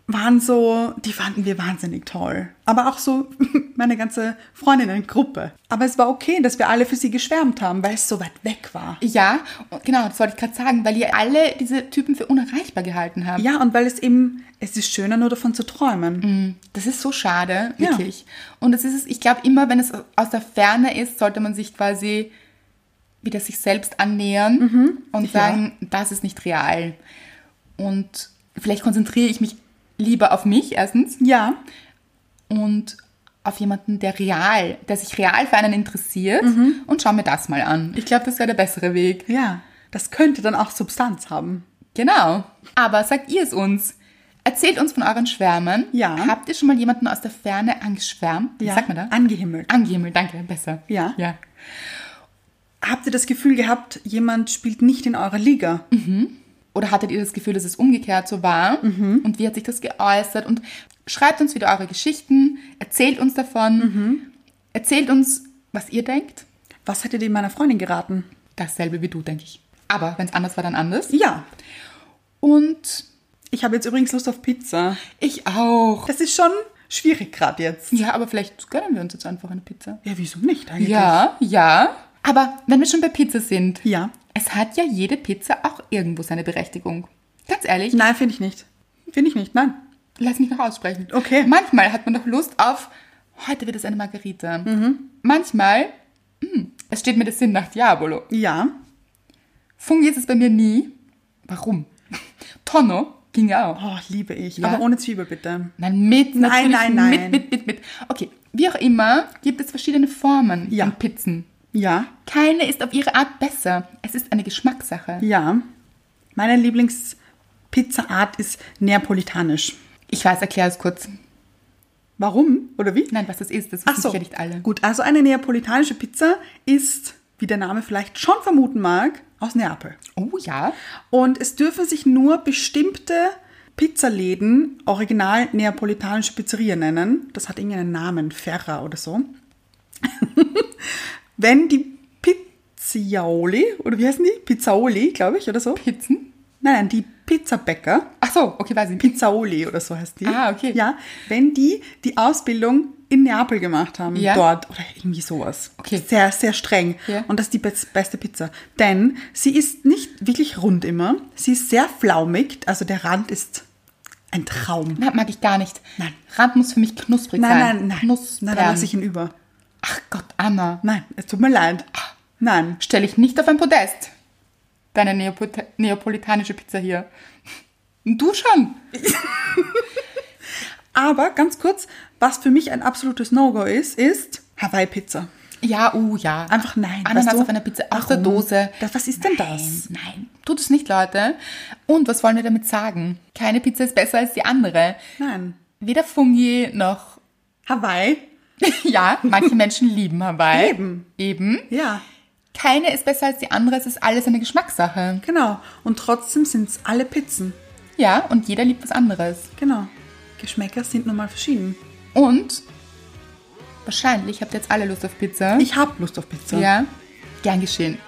S1: waren so, die fanden wir wahnsinnig toll. Aber auch so meine ganze Freundinnengruppe. Aber es war okay, dass wir alle für sie geschwärmt haben, weil es so weit weg war.
S2: Ja, und genau, das wollte ich gerade sagen, weil ihr alle diese Typen für unerreichbar gehalten habt.
S1: Ja, und weil es eben, es ist schöner, nur davon zu träumen.
S2: Hm, Das ist so schade,
S1: Ja.
S2: wirklich. Und das ist es, ich glaube, immer wenn es aus der Ferne ist, sollte man sich quasi wieder sich selbst annähern
S1: Mhm,
S2: und sagen, das ist nicht real. Und vielleicht konzentriere ich mich lieber auf mich erstens
S1: Ja,
S2: und auf jemanden, der real, der sich real für einen interessiert
S1: Mhm.
S2: und schau mir das mal an. Ich glaube, das wäre der bessere Weg.
S1: ja. Das könnte dann auch Substanz haben.
S2: Genau. Aber sagt ihr es uns? Erzählt uns von euren Schwärmen.
S1: Ja.
S2: Habt ihr schon mal jemanden aus der Ferne angeschwärmt? Wie
S1: Ja,
S2: Sagt man da?
S1: Angehimmelt.
S2: Angehimmelt, danke, besser.
S1: Ja.
S2: Ja.
S1: Habt ihr das Gefühl gehabt, jemand spielt nicht in eurer Liga?
S2: Oder hattet ihr das Gefühl, dass es umgekehrt so war?
S1: Mhm.
S2: Und wie hat sich das geäußert? Und schreibt uns wieder eure Geschichten, erzählt uns davon,
S1: Mhm.
S2: erzählt uns, was ihr denkt.
S1: Was hättet ihr meiner Freundin geraten?
S2: Dasselbe wie du, denke ich. Aber wenn es anders war, dann anders.
S1: Ja.
S2: Und
S1: Ich habe jetzt übrigens Lust auf Pizza.
S2: ich auch.
S1: Das ist schon schwierig gerade jetzt.
S2: Ja, aber vielleicht gönnen wir uns jetzt einfach eine Pizza.
S1: Ja, wieso nicht eigentlich?
S2: Ja, ja. Aber wenn wir schon bei Pizza sind,
S1: Ja.
S2: Es hat ja jede Pizza auch irgendwo seine Berechtigung. Ganz ehrlich,
S1: Nein, finde ich nicht. Finde ich nicht, nein.
S2: lass mich noch aussprechen.
S1: Okay.
S2: Manchmal hat man doch Lust auf, heute wird es eine Margarita.
S1: Mhm.
S2: Manchmal, hm, es steht mir der Sinn nach Diabolo.
S1: Ja,
S2: Fungi ist es bei mir nie. Warum? Tonno ging ja auch.
S1: oh, liebe ich.
S2: Ja.
S1: Aber ohne Zwiebel bitte.
S2: Nein, mit,
S1: Nein,
S2: natürlich,
S1: nein, nein.
S2: Mit, mit, mit, mit. Okay, wie auch immer, gibt es verschiedene Formen
S1: Ja.
S2: von Pizzen.
S1: Ja,
S2: Keine ist auf ihre Art besser. Es ist eine Geschmackssache.
S1: ja. Meine Lieblingspizzaart ist neapolitanisch.
S2: Ich weiß, erklär es kurz.
S1: Warum oder wie?
S2: Nein, was das ist, das
S1: Ach
S2: wissen
S1: so.
S2: sicher nicht alle.
S1: Gut, also eine neapolitanische Pizza ist, wie der Name vielleicht schon vermuten mag, aus Neapel.
S2: Oh ja.
S1: Und es dürfen sich nur bestimmte Pizzaläden original neapolitanische Pizzeria nennen. Das hat irgendeinen Namen, Ferra oder so. Wenn die Pizzioli, oder wie heißen die? Pizzaoli, glaube ich, oder so.
S2: Pizzen?
S1: Nein, nein, die Pizzabäcker.
S2: Ach so, okay, weiß ich. nicht.
S1: Pizzaoli oder so heißt die.
S2: Ah, okay.
S1: Ja, wenn die die Ausbildung in Neapel gemacht haben,
S2: Ja.
S1: dort oder irgendwie sowas.
S2: Okay.
S1: Sehr, sehr streng.
S2: Ja.
S1: Und das ist die be beste Pizza. Denn sie ist nicht wirklich rund immer. Sie ist sehr flaumig. Also der Rand ist ein Traum.
S2: Na, mag ich gar nicht.
S1: Nein.
S2: Rand muss für mich knusprig
S1: Nein,
S2: sein.
S1: nein, nein.
S2: Knuspern.
S1: Nein, da lasse ich ihn über.
S2: Ach Gott, Anna.
S1: Nein, es tut mir leid. Nein.
S2: Stell ich nicht auf ein Podest. Deine Neopota- neapolitanische Pizza hier. Und Du schon.
S1: Aber ganz kurz, was für mich ein absolutes No-Go ist, ist Hawaii-Pizza.
S2: Ja, oh ja.
S1: Einfach nein.
S2: Ananas
S1: weißt du?
S2: auf einer Pizza aus der
S1: Warum?
S2: Dose.
S1: Das, was ist denn
S2: Nein,
S1: das?
S2: nein. Tut es nicht, Leute. Und was wollen wir damit sagen? Keine Pizza ist besser als die andere.
S1: Nein.
S2: Weder Fungi noch.
S1: Hawaii?
S2: ja, manche Menschen lieben Hawaii.
S1: Eben.
S2: Eben.
S1: Ja.
S2: Keine ist besser als die andere. Es ist alles eine Geschmackssache.
S1: Genau. Und trotzdem sind es alle Pizzen.
S2: Ja, und jeder liebt was anderes.
S1: Genau. Geschmäcker sind nun mal verschieden.
S2: Und wahrscheinlich habt ihr jetzt alle Lust auf Pizza.
S1: Ich hab Lust auf Pizza.
S2: Ja. Gern geschehen.